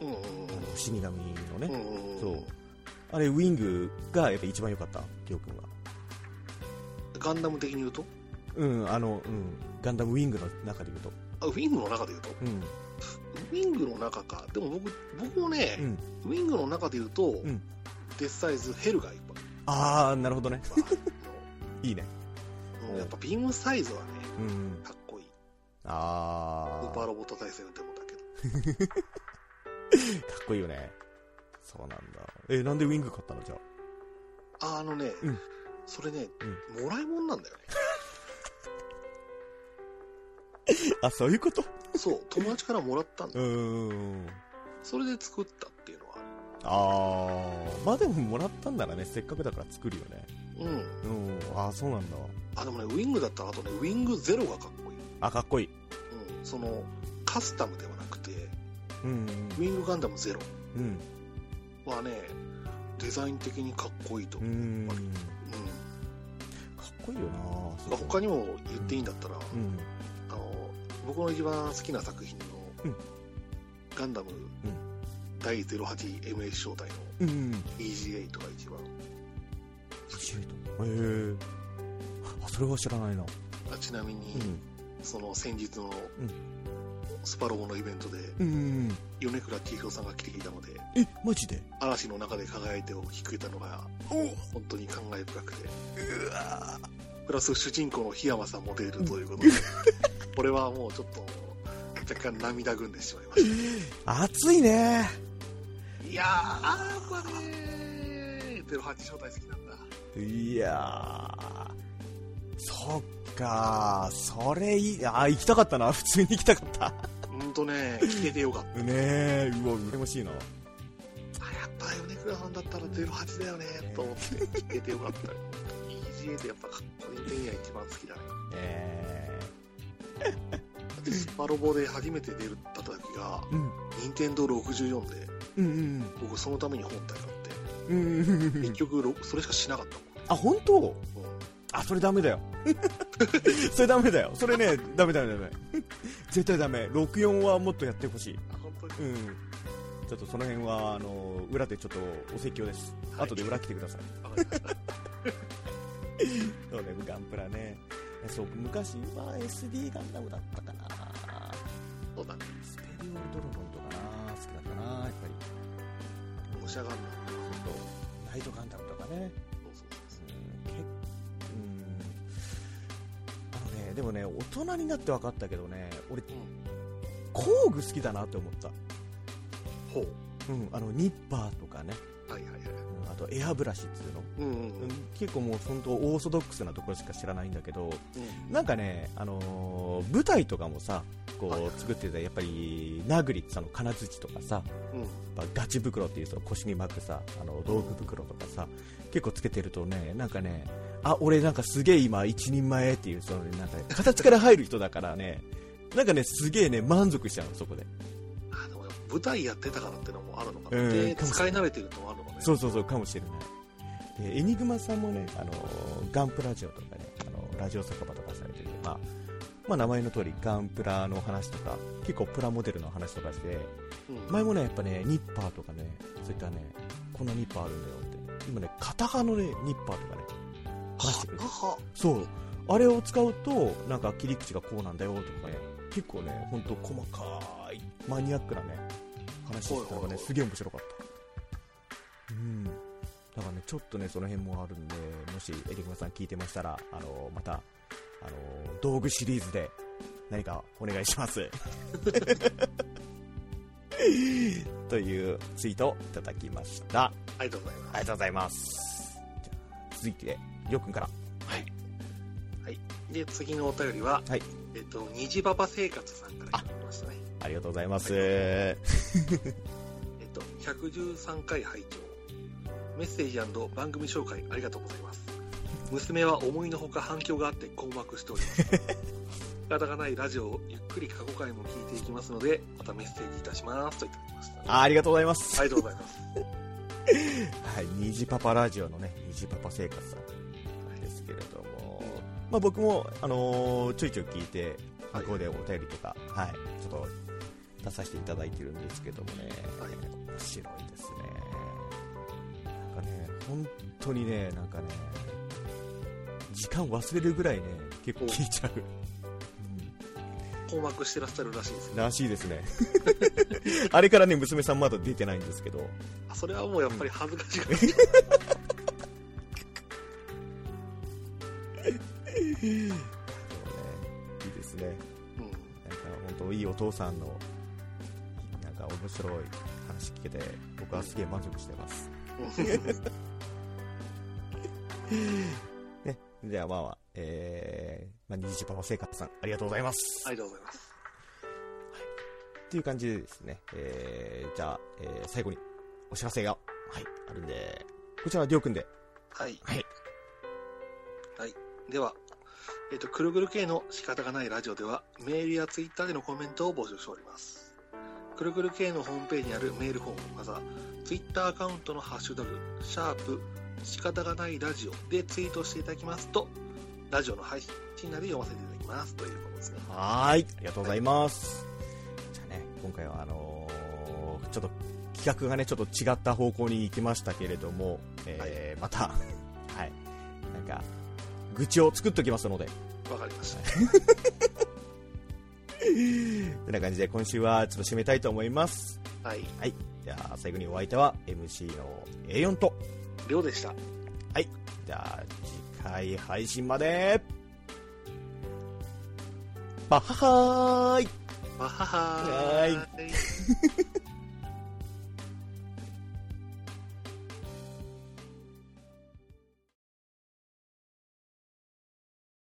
Speaker 1: うんうん
Speaker 2: あの死神のね、
Speaker 1: うん。うんうんうん
Speaker 2: そう。あれ、ウィングがやっぱ一番良かった、りょうくんは。
Speaker 1: ガンダム的に言うと
Speaker 2: うん、あの、うん、ガンダムウィングの中で言うと。
Speaker 1: あウィングの中で言うと
Speaker 2: うん、
Speaker 1: ウィングの中か。でも僕、僕もね、
Speaker 2: うん。
Speaker 1: ウィングの中で言うと、
Speaker 2: ん
Speaker 1: デスサイズヘルがいっぱい
Speaker 2: ああ、なるほどね。
Speaker 1: ある。
Speaker 2: いいね。
Speaker 1: うんやっぱビームサイズはね、
Speaker 2: うん。
Speaker 1: かっこいい。
Speaker 2: あ
Speaker 1: ウ
Speaker 2: あ。
Speaker 1: ーパーロボット対戦のデモだけど。
Speaker 2: かっこいいよね。そうなんだ。え、なんでウィング買ったのじゃあ。
Speaker 1: ああのね、
Speaker 2: うん
Speaker 1: それね、もらい物なんだよね。
Speaker 2: あ、そういうこと
Speaker 1: そう、友達からもらったんだ
Speaker 2: う
Speaker 1: よ。
Speaker 2: ーん。
Speaker 1: それで作ったっていうのはあ
Speaker 2: ああ。まあでももらったんならね、せっかくだから作るよね。
Speaker 1: る。うん。
Speaker 2: うん。ああ、そうなんだ。
Speaker 1: あ、でもね、ウィングだったら、あとね、ウィングゼロがかっこいい。
Speaker 2: あ、かっこいい。
Speaker 1: うん。その、カスタムではなくて、
Speaker 2: うん。
Speaker 1: ウィングガンダムゼロ
Speaker 2: うん。
Speaker 1: はね、デザイン的にかっこいいと
Speaker 2: う
Speaker 1: 思う。うん。
Speaker 2: ん。かっこいいよな
Speaker 1: まあ他
Speaker 2: に
Speaker 1: にも言っていいんだったら、
Speaker 2: うん。
Speaker 1: あの、僕の一番好きな作品の、
Speaker 2: うん
Speaker 1: ガンダム、
Speaker 2: ん
Speaker 1: 第 08MS 招待の
Speaker 2: うんうん。
Speaker 1: EG8 が一番。
Speaker 2: シルエット。へえ。あ、それは知らないな。
Speaker 1: あちなみに、
Speaker 2: うん。
Speaker 1: その先日の
Speaker 2: うん
Speaker 1: スパロボのイベントで、
Speaker 2: うん。
Speaker 1: 米倉千尋さんが来ていたので、
Speaker 2: え、マジで
Speaker 1: 嵐の中で輝いてを聞くれたのが、
Speaker 2: お
Speaker 1: 本当に感慨深くて、
Speaker 2: うわ
Speaker 1: プラス主人公の檜山さんも出るということで、これはもうちょっと、若干涙ぐんでしまいまし
Speaker 2: 熱いね
Speaker 1: た。いやー、あー、これねー、08招待好きなんだ。
Speaker 2: いやー、そっかー、それいい、あー、行きたかったな、普通に行きたかった。
Speaker 1: ほんとね、聞けてよかった。
Speaker 2: ねえ、うわ、羨ましいな。
Speaker 1: あ、やっぱ米倉さんだったら08だよね、と思って、聞けてよかった。EGA ってやっぱ、個人的には一番好きだね。
Speaker 2: え
Speaker 1: スパロボで初めて出るった時が、
Speaker 2: ー、うん、
Speaker 1: 任天堂64で、
Speaker 2: うん、
Speaker 1: 僕そのために本体買って、
Speaker 2: うん、う
Speaker 1: 結
Speaker 2: ん。
Speaker 1: 局ろ、それしかしなかった
Speaker 2: あ、本当
Speaker 1: もん。うん
Speaker 2: あ、それダメだよ。それダメだよ。それね、ダメダメダメ。絶対ダメ。64はもっとやってほしい。
Speaker 1: あ、本当に
Speaker 2: うん。ちょっとその辺は、あの、裏でちょっとお説教です。
Speaker 1: はい
Speaker 2: 後で裏来てください。
Speaker 1: わかりました
Speaker 2: そうね、ガンプラね。そう、昔は SD ガンダムだったかな。
Speaker 1: そうだね。
Speaker 2: スペリオドラゴンとかな、好きだったな、やっぱり。
Speaker 1: 武者ガンダム。
Speaker 2: ちょっと、ナイトガンダムとかね。
Speaker 1: そうそうそう
Speaker 2: うん、けうん。あのね、ねでもね大人になって分かったけどね俺
Speaker 1: うん。
Speaker 2: 工具好きだなって思った、
Speaker 1: ほ
Speaker 2: うん、あのニッパーとかね、
Speaker 1: う。はいはいはい。
Speaker 2: うんあとエアブラシっていうの、
Speaker 1: うんうん
Speaker 2: うん、結構もう本当オーソドックスなところしか知らないんだけど
Speaker 1: うん。
Speaker 2: なんかね、あのー舞台とかもさ
Speaker 1: はいはい
Speaker 2: こう作っててやっぱりナグリってさあの金槌とかさ
Speaker 1: うん。うん。
Speaker 2: やっぱガチ袋っていうその腰に巻くさあの道具袋とかさ結構つけてるとねなんかねあ俺なんかすげえ今一人前っていうそのなんか形から入る人だからねなんかねすげえね満足しちゃうのそこで
Speaker 1: あでも舞台やってたからってのもあるのかな、
Speaker 2: うん
Speaker 1: で
Speaker 2: かもし
Speaker 1: 使い慣れてるのもあるのかね
Speaker 2: そうそうそうかもしれないでエニグマさんもねあのガンプラジオとかねあのラジオ酒場とかされてて、まあまあ、名前の通りガンプラの話とか結構プラモデルの話とかして
Speaker 1: うん
Speaker 2: 前もねやっぱねニッパーとかねそういったねこんなニッパーあるんだよって今ね片刃のねニッパーとかね話してくれて
Speaker 1: はは
Speaker 2: そうあれを使うとなんか切り口がこうなんだよとかね結構ね本当細かいマニアックなね話してたのが
Speaker 1: はいはいは
Speaker 2: ね
Speaker 1: い
Speaker 2: すげえ面白かったうんだからねちょっとねその辺もあるんでもしエリコさん聞いてましたらあのまたあの道具シリーズで何かお願いします というツイートをいただきました
Speaker 1: ありがとうございます
Speaker 2: ありがとうございますじゃあ続いてりょうくんから
Speaker 1: はい、はい、で次のお便りは、
Speaker 2: はい
Speaker 1: えっと虹パパ生活さんからいただきましたね
Speaker 2: ありがとうございます。
Speaker 1: あり
Speaker 2: え
Speaker 1: えっと113回拝聴メッセージ番組紹介ありがとうございます娘は思いのほか反響があって困惑しております仕方がないラジオをゆっくり過去回も聞いていきますのでまたメッセージいたしますといただきましたね、
Speaker 2: ーありがとうございます。
Speaker 1: あ
Speaker 2: は
Speaker 1: りがとうございます
Speaker 2: い、虹パパラジオのね、虹パパ生活さんですけれども、まあ僕も、あのーちょいちょい聞いて、
Speaker 1: はい
Speaker 2: 向こうでお便りとか、はい、ちょっと出させていただいてるんですけどもね、
Speaker 1: はい
Speaker 2: 面白いですね。なんかね、本当にね、なんかね、時間忘れるぐらいね、結構聞いちゃう。
Speaker 1: 困惑してらっしゃるらしいですね
Speaker 2: らしいですね。 あれからね、娘さんまだ出てないんですけど、
Speaker 1: あそれはもうやっぱり恥ずかしがって
Speaker 2: いいですね。
Speaker 1: うん
Speaker 2: なんか本当いいお父さんのなんか面白い話聞けて僕はすげえ満足してます。ね、ではまあまあ、えー、まあ、虹パパ生活さんありがとうございます。
Speaker 1: ありがとうございます。
Speaker 2: っていう感じでですね、えー、じゃあ、えー最後にお知らせが、はい、あるんで、こちらはりょうくんで、
Speaker 1: はい。
Speaker 2: はい。
Speaker 1: では、えっ、と、くるぐる系の仕方がないラジオでは、メールやツイッターでのコメントを募集しております。くるぐる系のホームページにあるメールフォーム、または、ツイッターアカウントのハッシュタグ、シャープ、仕方がないラジオでツイートしていただきますと、ラジオの配信なり読ませていただきますということですね。
Speaker 2: はーい、ありがとうございます。じゃあね、今回はあのーちょっと企画がね、ちょっと違った方向に行きましたけれども、えーまた、はい、なんか、愚痴を作っときますので、
Speaker 1: わかりました。
Speaker 2: てな感じで今週はちょっと締めたいと思います。
Speaker 1: はい。
Speaker 2: はい、じゃあ最後にお相手は MC の A4 と、
Speaker 1: りょうでした。
Speaker 2: じゃあ次回配信まで、バッハハーイ
Speaker 1: わははーい。